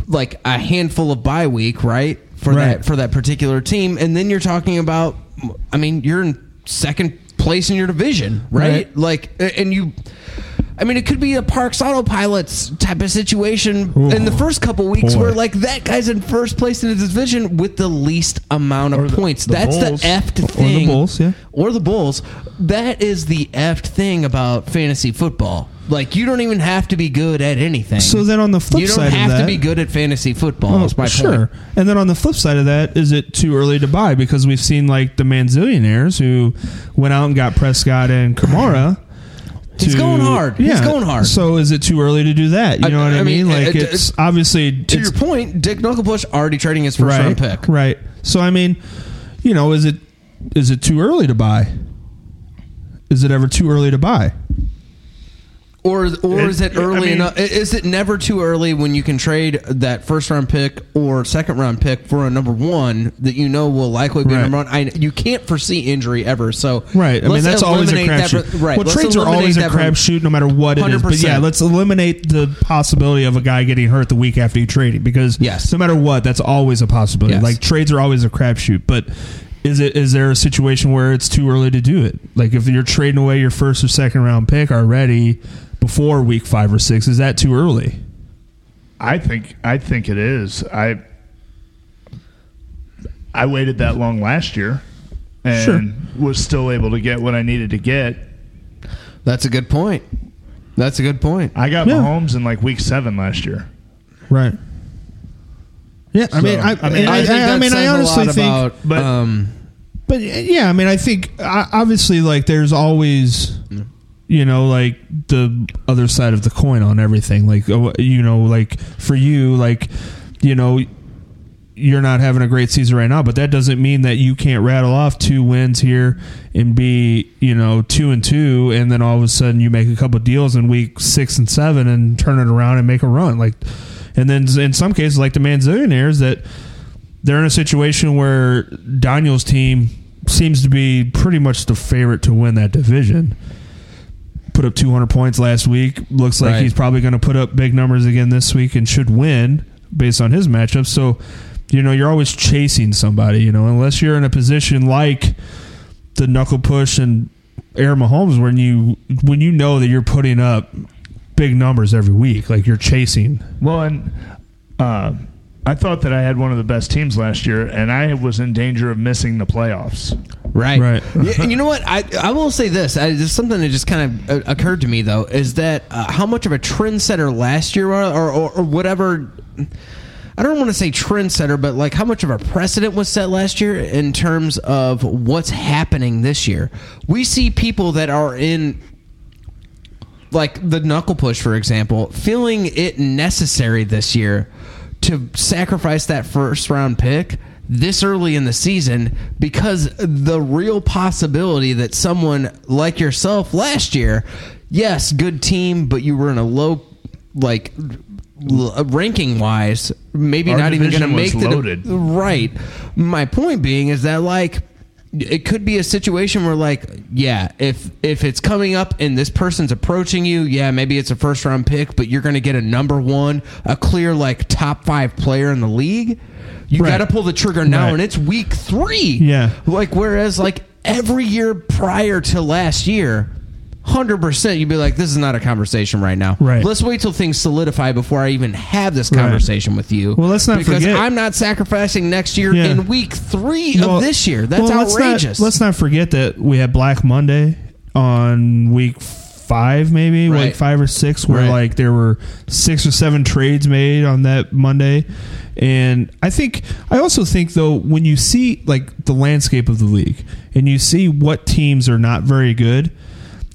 Speaker 3: like a handful of bye week, right? For
Speaker 2: Right.
Speaker 3: that for that particular team, and then you're talking about, I mean, you're in second place in your division, right?
Speaker 2: Right.
Speaker 3: Like, and you, I mean, it could be a Parks Autopilots type of situation in the first couple weeks
Speaker 2: boy.
Speaker 3: where, like, that guy's in first place in his division with the least amount of
Speaker 4: Or the-
Speaker 3: points.
Speaker 4: the
Speaker 3: That's
Speaker 4: Bulls.
Speaker 3: the effed
Speaker 2: Or
Speaker 3: thing.
Speaker 2: the Bulls, yeah.
Speaker 3: Or the Bulls. That is the effed thing about fantasy football. Like, you don't even have to be good at anything.
Speaker 2: So then on the flip
Speaker 3: you don't
Speaker 2: side of
Speaker 3: have to
Speaker 2: that-
Speaker 3: be good at fantasy football.
Speaker 2: Oh,
Speaker 3: is my
Speaker 2: sure.
Speaker 3: point.
Speaker 2: And then on the flip side of that, is it too early to buy? Because we've seen like the Manzillionaires who went out and got Prescott and Kamara.
Speaker 3: He's
Speaker 2: to-
Speaker 3: going hard. He's going hard.
Speaker 2: So is it too early to do that? You
Speaker 3: I-
Speaker 2: know what I,
Speaker 3: I mean,
Speaker 2: mean? Like
Speaker 3: it- it-
Speaker 2: it's obviously
Speaker 3: To
Speaker 2: it's
Speaker 3: your point, Dick Knucklebush already trading his first
Speaker 2: right,
Speaker 3: round pick.
Speaker 2: right. So I mean, you know, is it is it too early to buy? Is it ever too early to buy?
Speaker 3: Or or
Speaker 4: It-
Speaker 3: is it
Speaker 4: I
Speaker 3: early
Speaker 4: mean-
Speaker 3: enough? Is it never too early when you can trade that first round pick or second round pick for a number one that you know will likely be a
Speaker 2: Right.
Speaker 3: number one? I, you can't foresee injury ever, so
Speaker 2: Right. I mean,
Speaker 3: let's
Speaker 2: that's always a
Speaker 3: eliminate that
Speaker 2: crapshoot.
Speaker 3: from- Right.
Speaker 2: Well,
Speaker 3: let's
Speaker 2: trades are
Speaker 3: eliminate
Speaker 2: always a
Speaker 3: that from-
Speaker 2: crapshoot no matter what it is. But
Speaker 3: 100%.
Speaker 2: yeah, let's eliminate the possibility of a guy getting hurt the week after you trade him because
Speaker 3: Yes.
Speaker 2: no matter what, that's always a possibility.
Speaker 3: Yes.
Speaker 2: Like trades are always a crapshoot, but is it is there a situation where it's too early to do it? Like if you're trading away your first or second round pick already before week 5 or 6, is that too early?
Speaker 4: I think I think it is. I I waited that long last year and
Speaker 2: Sure.
Speaker 4: was still able to get what I needed to get.
Speaker 3: That's a good point. That's a good point.
Speaker 4: I got
Speaker 2: Yeah.
Speaker 4: Mahomes in like week seven last year.
Speaker 2: Right. Yeah, I mean,
Speaker 4: So,
Speaker 2: I,
Speaker 4: I mean,
Speaker 2: and I,
Speaker 4: I
Speaker 3: think
Speaker 2: I
Speaker 3: that
Speaker 2: mean, I
Speaker 3: says a
Speaker 2: honestly
Speaker 3: lot
Speaker 2: think
Speaker 3: about,
Speaker 4: but-
Speaker 3: um,
Speaker 2: But uh, yeah, I mean, I think uh, obviously, like, there's always, you know, like the other side of the coin on everything. Like, oh, you know, like for you, like, you know, you're not having a great season right now, but that doesn't mean that you can't rattle off two wins here and be, you know, two and two, and then all of a sudden you make a couple deals in week six and seven and turn it around and make a run. Like, and then in some cases, like the Manzillionaires, that they're in a situation where Daniel's team seems to be pretty much the favorite to win that division. Put up 200 points last week. Looks like
Speaker 3: Right.
Speaker 2: he's probably going to put up big numbers again this week and should win based on his matchup. So, you know, you're always chasing somebody, you know, unless you're in a position like the knuckle push and Aaron Mahomes when you when you know that you're putting up big numbers every week, like you're chasing.
Speaker 4: Well, and uh, I thought that I had one of the best teams last year, and I was in danger of missing the playoffs.
Speaker 3: Right.
Speaker 2: Right.
Speaker 3: Yeah, and you know what? I I will say this. I, there's something that just kind of uh, occurred to me though is that uh, how much of a trendsetter last year or or, or, or whatever. I don't want to say trendsetter, but like how much of a precedent was set last year in terms of what's happening this year. We see people that are in like the knuckle push, for example, feeling it necessary this year to sacrifice that first round pick this early in the season because the real possibility that someone like yourself last year, yes, good team, but you were in a low, like, l- ranking wise, maybe
Speaker 4: Our
Speaker 3: not even going to
Speaker 4: division was
Speaker 3: make the
Speaker 4: loaded.
Speaker 3: right. My point being is that like it could be a situation where like yeah if if it's coming up and this person's approaching you yeah maybe it's a first round pick but you're going to get a number 1 a clear like top 5 player in the league you
Speaker 2: Right.
Speaker 3: got to pull the trigger now
Speaker 2: Right.
Speaker 3: and it's week 3
Speaker 2: Yeah.
Speaker 3: like whereas like every year prior to last year 100% you'd be like this is not a conversation right now
Speaker 2: Right.
Speaker 3: let's wait till things solidify before i even have this
Speaker 2: Right.
Speaker 3: conversation with you
Speaker 2: Well, let's not
Speaker 3: because
Speaker 2: forget-
Speaker 3: i'm not sacrificing next year
Speaker 2: Yeah.
Speaker 3: in week three
Speaker 2: Well,
Speaker 3: of this year. That's
Speaker 2: well, let's not-
Speaker 3: outrageous.
Speaker 2: Let's not, forget that we had Black Monday on week five, maybe
Speaker 3: Right.
Speaker 2: like five or six, where
Speaker 3: Right.
Speaker 2: like there were six or seven trades made on that Monday. And I think I also think though when you see like the landscape of the league and you see what teams are not very good,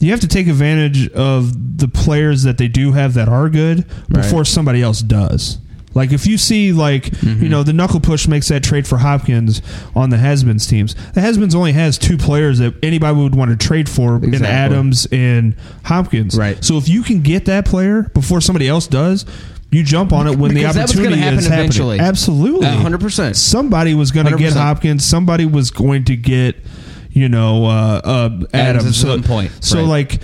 Speaker 2: you have to take advantage of the players that they do have that are good before somebody else does. Like if you see like you know the knuckle push makes that trade for Hopkins on the Hasbens teams. The Hasbens only has two players that anybody would want to trade for in
Speaker 3: Exactly.
Speaker 2: Adams and Hopkins.
Speaker 3: Right.
Speaker 2: So if you can get that player before somebody else does, you jump on it when
Speaker 3: Because
Speaker 2: the
Speaker 3: that was gonna
Speaker 2: opportunity
Speaker 3: happen
Speaker 2: is happening.
Speaker 3: eventually.
Speaker 2: Absolutely,
Speaker 3: A hundred percent.
Speaker 2: Somebody was going to get
Speaker 3: 100%.
Speaker 2: Hopkins. Somebody was going to get you know uh, uh, Adams.
Speaker 3: at
Speaker 2: so,
Speaker 3: some point.
Speaker 2: So
Speaker 3: Right.
Speaker 2: like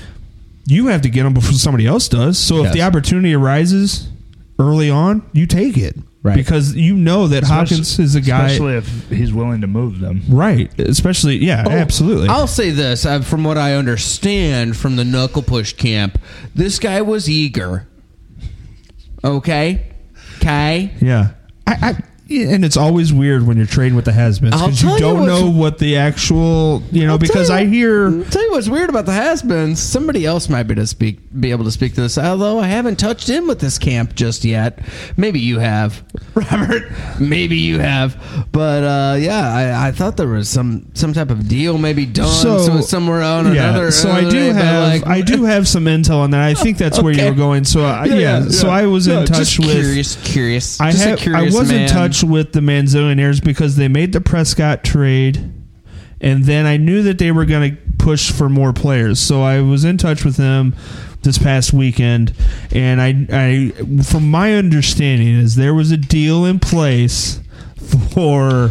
Speaker 2: you have to get them before somebody else does. So if
Speaker 3: Yes.
Speaker 2: the opportunity arises early on, you take it.
Speaker 3: Right.
Speaker 2: Because you know that Hopkins is a guy.
Speaker 4: especially if he's willing to move them.
Speaker 2: Right. Especially, yeah, absolutely.
Speaker 3: Oh, I'll say this uh, from what I understand from the knuckle push camp, this guy was eager. Okay? Okay?
Speaker 2: yeah. I, I, yeah, and it's always weird when you're trading with the has-beens
Speaker 3: I'll
Speaker 2: because you
Speaker 3: tell you
Speaker 2: don't
Speaker 3: what's-
Speaker 2: know what the actual, you know,
Speaker 3: I'll
Speaker 2: because
Speaker 3: tell
Speaker 2: I
Speaker 3: you- Mm.
Speaker 2: hear.
Speaker 3: Tell you what's weird about the has-beens. Somebody else might be to speak, be able to speak to this. Although I haven't touched in with this camp just yet. Maybe you have, Robert. Maybe you have. But uh, yeah, I, I thought there was some some type of deal maybe done. Oh, So,
Speaker 2: So-
Speaker 3: it's somewhere on
Speaker 2: yeah,
Speaker 3: another.
Speaker 2: so I do
Speaker 3: another, but
Speaker 2: have
Speaker 3: like-
Speaker 2: I do have some intel on that. I think that's where you
Speaker 3: Okay.
Speaker 2: were going. So I, yeah, so I was
Speaker 3: No,
Speaker 2: in
Speaker 3: just
Speaker 2: touch with
Speaker 3: curious, curious.
Speaker 2: I,
Speaker 3: just a
Speaker 2: have, I
Speaker 3: curious
Speaker 2: was
Speaker 3: man.
Speaker 2: in touch with the Manzillionaires because they made the Prescott trade, and then I knew that they were going to push for more players. So I was in touch with them this past weekend, and I, I from my understanding is there was a deal in place for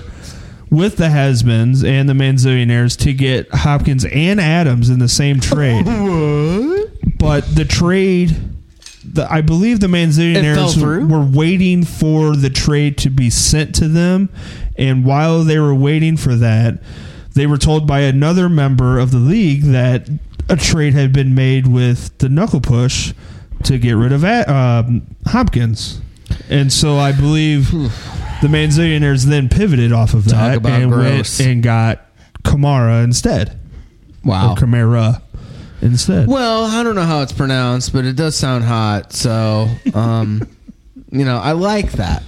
Speaker 2: with the Hasmans and the Manzillionaires to get Hopkins and Adams in the same trade. But the trade, the, I believe the
Speaker 3: It fell
Speaker 2: Manzillionaires
Speaker 3: through?
Speaker 2: were waiting for the trade to be sent to them, and while they were waiting for that, they were told by another member of the league that a trade had been made with the Knuckle Push to get rid of A- um, Hopkins, and so I believe
Speaker 3: Hmm.
Speaker 2: the Manzillionaires then pivoted off of that
Speaker 3: about
Speaker 2: and
Speaker 3: gross.
Speaker 2: went and got Kamara instead,
Speaker 3: Wow.
Speaker 2: or Kamara instead.
Speaker 3: Well, I don't know how it's pronounced, but it does sound hot. So, um, you know, I like that.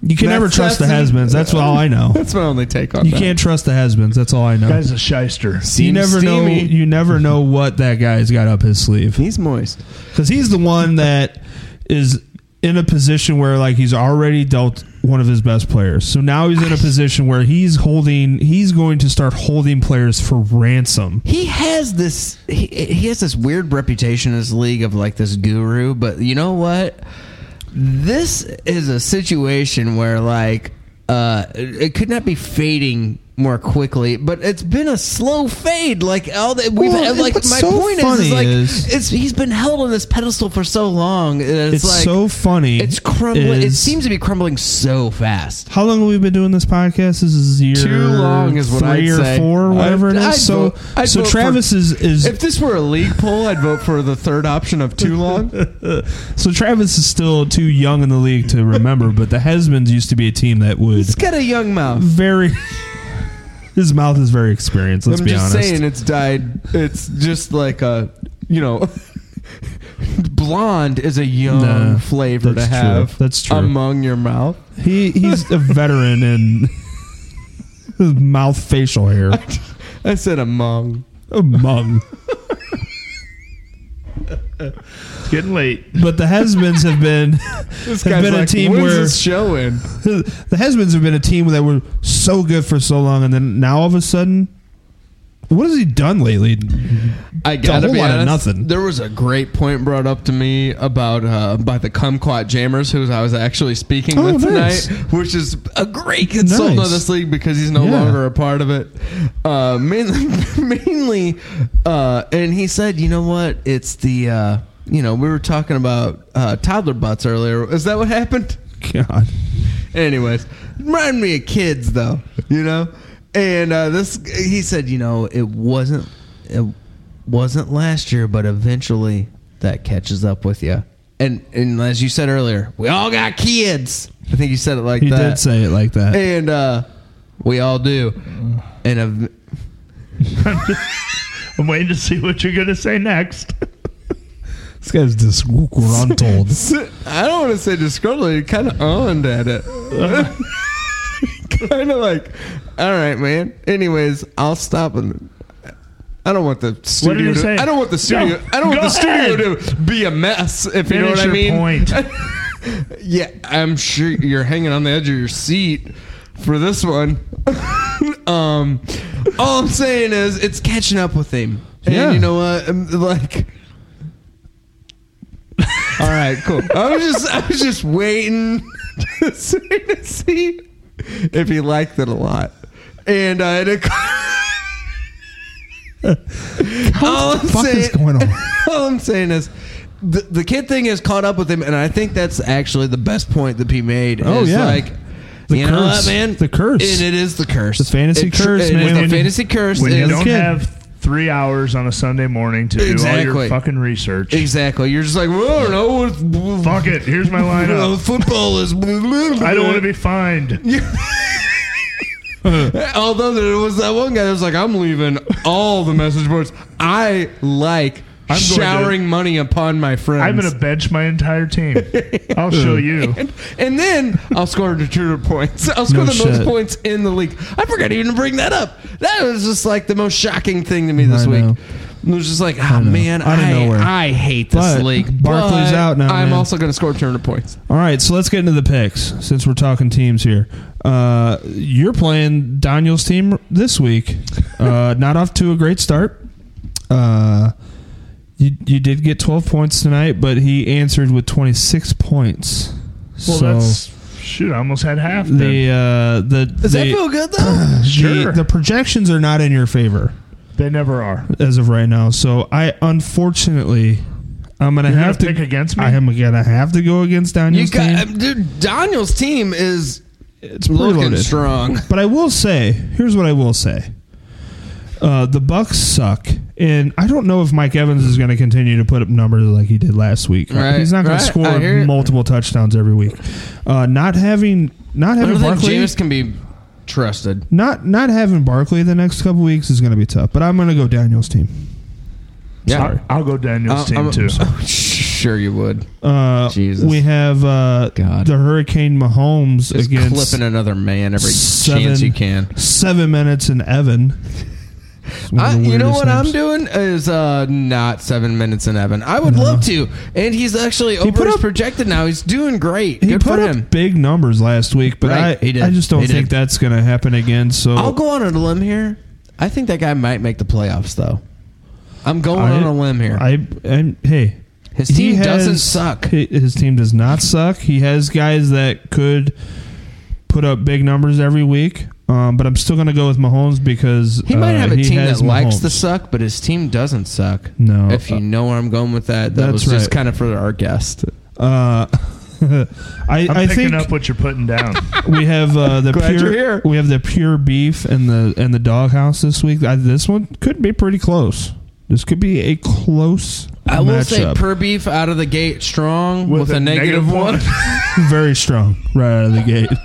Speaker 2: You can
Speaker 3: That's-
Speaker 2: never trust the
Speaker 3: that's-
Speaker 2: has-beens. That's all I know.
Speaker 3: That's my only take on
Speaker 2: You
Speaker 3: that.
Speaker 2: can't trust the has-beens. That's all I know.
Speaker 4: Guy's a shyster.
Speaker 2: You
Speaker 3: Seems
Speaker 2: never know.
Speaker 3: steamy.
Speaker 2: You never know what that guy's got up his sleeve
Speaker 3: He's moist.
Speaker 2: because he's the one that is in a position where like he's already dealt one of his best players. So now he's in a position where he's holding. He's going to start holding players for ransom.
Speaker 3: He has this. He, he has this weird reputation in this league of like this guru. But you know what? This is a situation where like uh, it it could not be fading more quickly, but it's been a slow fade. Like all that we've
Speaker 2: Well,
Speaker 3: like.
Speaker 2: what's
Speaker 3: My
Speaker 2: so
Speaker 3: point is,
Speaker 2: funny
Speaker 3: is like
Speaker 2: is-
Speaker 3: it's he's been held on this pedestal for so long. and
Speaker 2: It's,
Speaker 3: It's, like
Speaker 2: so funny.
Speaker 3: It's crumbling. It
Speaker 2: is-
Speaker 3: seems to be crumbling so fast.
Speaker 2: How long have we been doing this podcast? This is year
Speaker 3: Too long is what
Speaker 2: 3
Speaker 3: I'd
Speaker 2: or
Speaker 3: say.
Speaker 2: four, or whatever it
Speaker 3: I'd-
Speaker 2: is.
Speaker 3: I'd
Speaker 2: so,
Speaker 3: vote- I'd
Speaker 2: so
Speaker 3: vote for-
Speaker 2: Travis is is
Speaker 3: this were a league poll, I'd vote for the third option of too long.
Speaker 2: So Travis is still too young in the league to remember, but the Hesmans used to be a team that would
Speaker 3: It's got a young mouth.
Speaker 2: very. his mouth is very experienced. Let's
Speaker 3: I'm
Speaker 2: be
Speaker 3: just
Speaker 2: honest.
Speaker 3: saying it's dyed. It's just like a, you know, blonde is a young
Speaker 2: Nah,
Speaker 3: flavor to
Speaker 2: that's true.
Speaker 3: have.
Speaker 2: That's true.
Speaker 3: Among your mouth,
Speaker 2: He he's a veteran in his mouth facial hair
Speaker 3: I said among.
Speaker 2: among.
Speaker 4: It's getting late.
Speaker 2: But the Hesmans have been
Speaker 3: This
Speaker 2: Have
Speaker 3: guy's
Speaker 2: been a
Speaker 3: like,
Speaker 2: team
Speaker 3: when's
Speaker 2: where-
Speaker 3: this show in?
Speaker 2: the Hesmans have been a team that were so good for so long, and then now all of a sudden, what has he done lately?
Speaker 3: I gotta
Speaker 2: whole
Speaker 3: be
Speaker 2: lot of
Speaker 3: honest,
Speaker 2: nothing.
Speaker 3: There was a great point brought up to me about uh, by the Kumquat Jammers, who I was actually speaking
Speaker 2: Oh,
Speaker 3: with
Speaker 2: nice.
Speaker 3: tonight, which is a great consultant
Speaker 2: Nice.
Speaker 3: on this league because he's no
Speaker 2: Yeah.
Speaker 3: longer a part of it. Uh, mainly, mainly, uh, and he said, you know what? It's the uh, you know we were talking about uh, toddler butts earlier. Is that what happened?
Speaker 2: God,
Speaker 3: Anyways, remind me of kids though, you know. And uh, this, he said, you know, it wasn't, it wasn't last year, but eventually that catches up with you. And and as you said earlier, we all got kids. I think you said it like
Speaker 2: he
Speaker 3: that.
Speaker 2: did say it like that.
Speaker 3: and uh, we all do. And ev-
Speaker 4: I'm waiting to see what you're gonna say next.
Speaker 2: This guy's disgruntled.
Speaker 3: I don't want to say disgruntled. He kind of owned at it. kind of like, all right, man. Anyways, I'll stop and. I don't want the studio.
Speaker 4: did he
Speaker 3: to,
Speaker 4: say?
Speaker 3: I don't want the studio.
Speaker 4: Go-
Speaker 3: I don't want
Speaker 4: go
Speaker 3: the studio
Speaker 4: ahead.
Speaker 3: to be a mess. If you know what
Speaker 4: Finish
Speaker 3: I
Speaker 4: your
Speaker 3: mean.
Speaker 4: point.
Speaker 3: Yeah, I'm sure you're hanging on the edge of your seat for this one. um, all I'm saying is it's catching up with him. And
Speaker 2: Yeah.
Speaker 3: you know what? I'm like, all right, cool. I was just, I was just waiting to see- to see if he liked it a lot, and uh, and it. All I'm
Speaker 2: fuck is
Speaker 3: saying,
Speaker 2: going on?
Speaker 3: all I'm saying is, the, the kid thing has caught up with him, and I think that's actually the best point that he made.
Speaker 2: Oh,
Speaker 3: is
Speaker 2: yeah.
Speaker 3: like
Speaker 2: The
Speaker 3: you know
Speaker 2: curse.
Speaker 3: what, man,
Speaker 2: The curse.
Speaker 3: and it is the curse,
Speaker 2: The fantasy
Speaker 3: It tr-
Speaker 2: curse,
Speaker 3: it is
Speaker 2: man.
Speaker 3: the
Speaker 2: When-
Speaker 3: fantasy curse.
Speaker 4: when
Speaker 3: is,
Speaker 4: you don't
Speaker 2: kid.
Speaker 4: have three hours on a Sunday morning to do all
Speaker 3: Exactly.
Speaker 4: your fucking research.
Speaker 3: exactly, you're just like, well, I don't know, what-
Speaker 4: Fuck it. Here's my
Speaker 3: you know,
Speaker 4: lineup.
Speaker 3: football is.
Speaker 4: I don't want to be fined.
Speaker 3: Although there was that one guy that was like, I'm leaving all the message boards. I like
Speaker 4: I'm going to-
Speaker 3: showering money upon my friends.
Speaker 4: I'm going to bench my entire team. I'll show you.
Speaker 3: and, and then I'll score the tutor points. I'll score
Speaker 2: No
Speaker 3: the
Speaker 2: shit.
Speaker 3: most points in the league. I forgot even to bring that up. That was just like the most shocking thing to me this
Speaker 2: I
Speaker 3: week.
Speaker 2: know.
Speaker 3: It was just like, oh
Speaker 2: know.
Speaker 3: man,
Speaker 2: Out of nowhere.
Speaker 3: I, I hate this
Speaker 2: But
Speaker 3: league.
Speaker 2: Barkley's
Speaker 3: but
Speaker 2: out now,
Speaker 3: I'm
Speaker 2: man.
Speaker 3: also going to score tutor points.
Speaker 2: All right, so let's get into the picks since we're talking teams here. Uh, you're playing Daniel's team this week. Uh, not off to a great start. Uh, you you did get 12 points tonight, but he answered with 26 points.
Speaker 4: Well,
Speaker 2: so
Speaker 4: that's shoot. I almost had half. then.
Speaker 2: the uh, the
Speaker 3: Does
Speaker 2: the,
Speaker 3: that feel good though?
Speaker 4: sure.
Speaker 2: the the projections are not in your favor
Speaker 4: they never are.
Speaker 2: as of right now. So I unfortunately I'm gonna
Speaker 4: You're
Speaker 2: have
Speaker 4: gonna
Speaker 2: to
Speaker 4: pick against me?
Speaker 2: I am gonna have to go against
Speaker 3: you
Speaker 2: Daniel's team.
Speaker 3: got, dude. Daniel's team is
Speaker 2: it's
Speaker 3: looking
Speaker 2: preloaded.
Speaker 3: strong.
Speaker 2: But I will say, here's what I will say. Uh, the Bucks suck, and I don't know if Mike Evans is going to continue to put up numbers like he did last week.
Speaker 3: Right,
Speaker 2: He's not going
Speaker 3: right, I
Speaker 2: to
Speaker 3: hear
Speaker 2: score
Speaker 3: it.
Speaker 2: multiple touchdowns every week. Uh, not having not
Speaker 3: I
Speaker 2: having
Speaker 3: don't think
Speaker 2: Barkley
Speaker 3: James can be trusted.
Speaker 2: not not having Barkley the next couple weeks is going to be tough. But I'm going to go Daniel's team.
Speaker 4: I'll, I'll go Daniel's
Speaker 3: Uh,
Speaker 4: team
Speaker 3: I'm-
Speaker 4: too.
Speaker 3: Sure, you would.
Speaker 2: Uh,
Speaker 3: Jesus.
Speaker 2: We have uh,
Speaker 3: God.
Speaker 2: the Hurricane Mahomes
Speaker 3: Just
Speaker 2: against
Speaker 3: clipping another man every
Speaker 2: seven,
Speaker 3: chance you can.
Speaker 2: Seven minutes in Evan. It's one of
Speaker 3: I,
Speaker 2: the
Speaker 3: you know
Speaker 2: weirdest
Speaker 3: what
Speaker 2: names.
Speaker 3: I'm doing is uh, not seven minutes in heaven. I would love to, and he's actually over
Speaker 2: put
Speaker 3: his
Speaker 2: up-
Speaker 3: projected now. He's doing great.
Speaker 2: He
Speaker 3: Good
Speaker 2: put
Speaker 3: for
Speaker 2: up
Speaker 3: him.
Speaker 2: big numbers last week, but
Speaker 3: Right,
Speaker 2: I
Speaker 3: he did.
Speaker 2: I just don't
Speaker 3: He did.
Speaker 2: think that's going to happen again. So
Speaker 3: I'll go on a limb here. I think that guy might make the playoffs, though. I'm going
Speaker 2: I-
Speaker 3: on a limb here.
Speaker 2: I and hey,
Speaker 3: His
Speaker 2: he
Speaker 3: team doesn't
Speaker 2: has-
Speaker 3: suck.
Speaker 2: hi- His team does not suck. He has guys that could put up big numbers every week. Um, but I'm still going to go with Mahomes because
Speaker 3: he might
Speaker 2: uh,
Speaker 3: have a
Speaker 2: he
Speaker 3: team that
Speaker 2: has
Speaker 3: likes to
Speaker 2: Mahomes.
Speaker 3: suck, but his team doesn't suck.
Speaker 2: No. uh,
Speaker 3: if you know where I'm going with that, that
Speaker 2: That's
Speaker 3: was just
Speaker 2: right.
Speaker 3: kind of for our guest.
Speaker 2: Uh, I,
Speaker 4: I'm
Speaker 2: I
Speaker 4: picking
Speaker 2: think
Speaker 4: up what you're putting down.
Speaker 2: we have uh, the
Speaker 3: Glad
Speaker 2: pure
Speaker 3: you're here.
Speaker 2: we have the pure beef and the and the doghouse this week. I, this one could be pretty close. This could be a close.
Speaker 3: I will say,
Speaker 2: matchup.
Speaker 3: per beef out of the gate strong with,
Speaker 4: With
Speaker 3: a,
Speaker 4: a
Speaker 3: negative,
Speaker 4: negative
Speaker 3: one.
Speaker 4: one.
Speaker 2: very strong right out of the gate.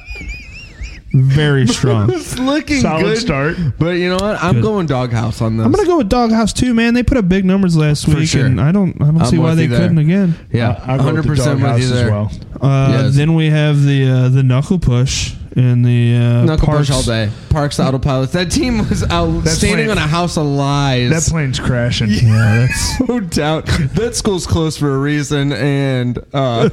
Speaker 2: Very strong.
Speaker 3: it's looking
Speaker 4: Solid
Speaker 3: good,
Speaker 4: start.
Speaker 3: but you know what? I'm
Speaker 2: Good.
Speaker 3: going doghouse on this.
Speaker 2: I'm gonna go with Doghouse too, man. They put up big numbers last
Speaker 3: For
Speaker 2: week,
Speaker 3: sure.
Speaker 2: and I don't, I don't
Speaker 3: I'm
Speaker 2: see why
Speaker 3: with
Speaker 2: they
Speaker 3: you there.
Speaker 2: couldn't again.
Speaker 3: Yeah,
Speaker 4: I- I'll go with
Speaker 3: hundred
Speaker 4: the
Speaker 3: percent with
Speaker 4: doghouse
Speaker 3: you
Speaker 4: as
Speaker 3: there.
Speaker 4: well.
Speaker 2: Uh,
Speaker 3: Yes.
Speaker 2: Then we have the uh, the knuckle push and the uh,
Speaker 3: Knuckle
Speaker 2: parks.
Speaker 3: push all day. Parks autopilots. That team was out
Speaker 4: That's
Speaker 3: standing
Speaker 4: when-
Speaker 3: on a house of lies.
Speaker 4: That plane's crashing.
Speaker 2: Yeah, that's
Speaker 3: no doubt. That school's closed for a reason, and uh,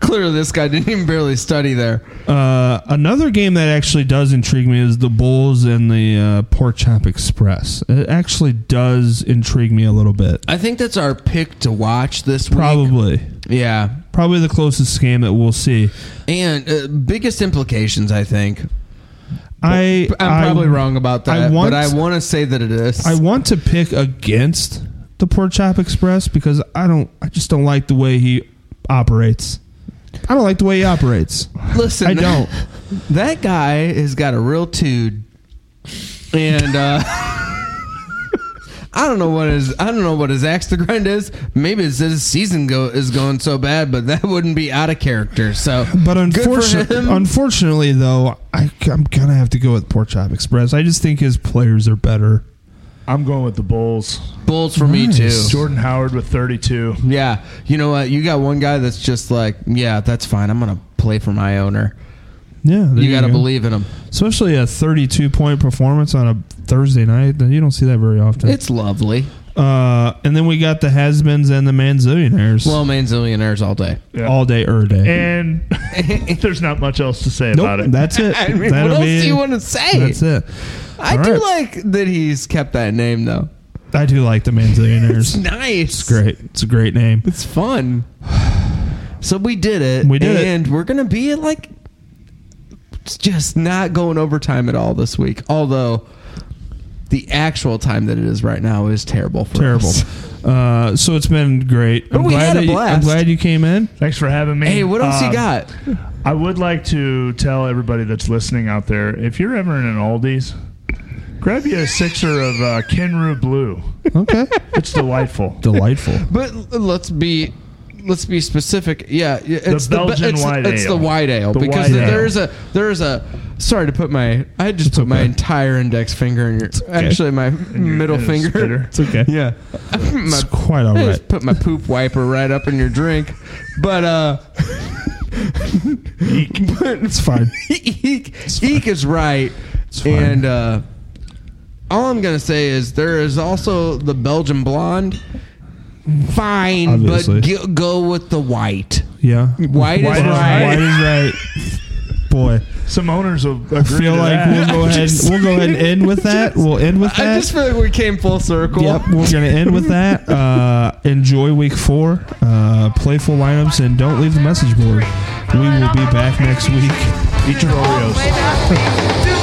Speaker 3: clearly this guy didn't even barely study there.
Speaker 2: uh, another game that actually does intrigue me is the Bulls and the uh, Pork Chop Express. It actually does intrigue me a little bit.
Speaker 3: I think that's our pick to watch this week.
Speaker 2: Probably,
Speaker 3: Yeah,
Speaker 2: probably the closest game that we'll see.
Speaker 3: and uh, biggest implications. I think
Speaker 2: I
Speaker 3: I'm probably wrong about
Speaker 2: I
Speaker 3: that,
Speaker 2: want-
Speaker 3: but I want to say that it is.
Speaker 2: I want to pick against the Pork Chop Express because I don't. I just don't like the way he operates. I don't like the way he operates.
Speaker 3: Listen,
Speaker 2: I don't.
Speaker 3: That guy has got a real tood, and uh, I don't know what his I don't know what his axe to grind is. Maybe it's his season go is going so bad, but that wouldn't be out of character. So,
Speaker 2: But
Speaker 3: good for
Speaker 2: unfortunately,
Speaker 3: him.
Speaker 2: unfortunately, though, I, I'm gonna have to go with Pork Chop Express. I just think his players are better.
Speaker 4: I'm going with the Bulls.
Speaker 3: Bulls for me
Speaker 2: Nice.
Speaker 3: too.
Speaker 4: Jordan Howard with 32.
Speaker 3: Yeah, you know what? You got one guy that's just like, yeah, that's fine. I'm gonna play for my owner.
Speaker 2: Yeah, there
Speaker 3: you got to
Speaker 2: go.
Speaker 3: believe in him.
Speaker 2: especially a 32 point performance on a Thursday night. You don't see that very often.
Speaker 3: It's lovely.
Speaker 2: uh, and then we got the Hasbens and the Manzillionaires
Speaker 3: Low manzillionaires all day.
Speaker 4: Yeah.
Speaker 2: all day, er day.
Speaker 4: And there's not much else to say about
Speaker 2: Nope,
Speaker 4: Eh, it.
Speaker 2: that's it.
Speaker 3: I mean,
Speaker 2: That'll
Speaker 3: what else
Speaker 2: be
Speaker 3: do
Speaker 2: it.
Speaker 3: you want to say?
Speaker 2: That's it.
Speaker 3: I
Speaker 2: All
Speaker 3: do
Speaker 2: right.
Speaker 3: like that he's kept that name though.
Speaker 2: I do like the Manzillionaires.
Speaker 3: Nice.
Speaker 2: it's great. It's a great name.
Speaker 3: It's fun. So we did it.
Speaker 2: We did it.
Speaker 3: And we're gonna be at, like it's just not going overtime at all this week. Although the actual time that it is right now is terrible for
Speaker 2: Terrible.
Speaker 3: us.
Speaker 2: Uh, so it's been great.
Speaker 3: But
Speaker 2: I'm
Speaker 3: Oh, we
Speaker 2: glad
Speaker 3: had a
Speaker 2: that you- I'm
Speaker 3: blast.
Speaker 2: glad you came in.
Speaker 4: Thanks for having me.
Speaker 3: Hey, what else
Speaker 4: Um,
Speaker 3: you got?
Speaker 4: I would like to tell everybody that's listening out there if you're ever in an Aldi's, grab you a sixer of uh, Kenru Blue.
Speaker 2: Okay.
Speaker 4: It's delightful.
Speaker 2: Delightful.
Speaker 3: But l- let's be let's be specific. Yeah, y- it's the, be-
Speaker 4: Belgian
Speaker 3: it's,
Speaker 4: white
Speaker 3: it's
Speaker 4: ale.
Speaker 3: the white ale
Speaker 4: The
Speaker 3: because
Speaker 4: white
Speaker 3: th- there
Speaker 4: ale.
Speaker 3: is a there is a. Sorry to put my I just put my
Speaker 2: okay.
Speaker 3: entire index finger in your actually my middle
Speaker 4: And a
Speaker 3: finger.
Speaker 4: spitter.
Speaker 2: It's okay.
Speaker 3: Yeah, my,
Speaker 2: It's quite all
Speaker 3: I
Speaker 2: right.
Speaker 3: just put my poop wiper right up in your drink, but uh, but
Speaker 2: It's fine.
Speaker 3: Eek, Eek is right.
Speaker 2: fine.
Speaker 3: And uh, all I'm going to say is there is also the Belgian blonde. Fine,
Speaker 2: Obviously.
Speaker 3: but g- go with the white.
Speaker 2: Yeah.
Speaker 3: White, is
Speaker 4: White is
Speaker 3: right.
Speaker 2: White is right. Boy,
Speaker 4: Some owners will agree
Speaker 2: I feel
Speaker 4: to
Speaker 2: like
Speaker 4: that.
Speaker 2: we'll go ahead. We'll go ahead and end with that. We'll end with that.
Speaker 3: I just feel like we came full circle.
Speaker 2: Yep, we're gonna end with that. Uh, enjoy week four, uh, playful lineups, and don't leave the message board. We will be back next week.
Speaker 3: Oh
Speaker 4: Eat your Oreos.
Speaker 1: Way back, do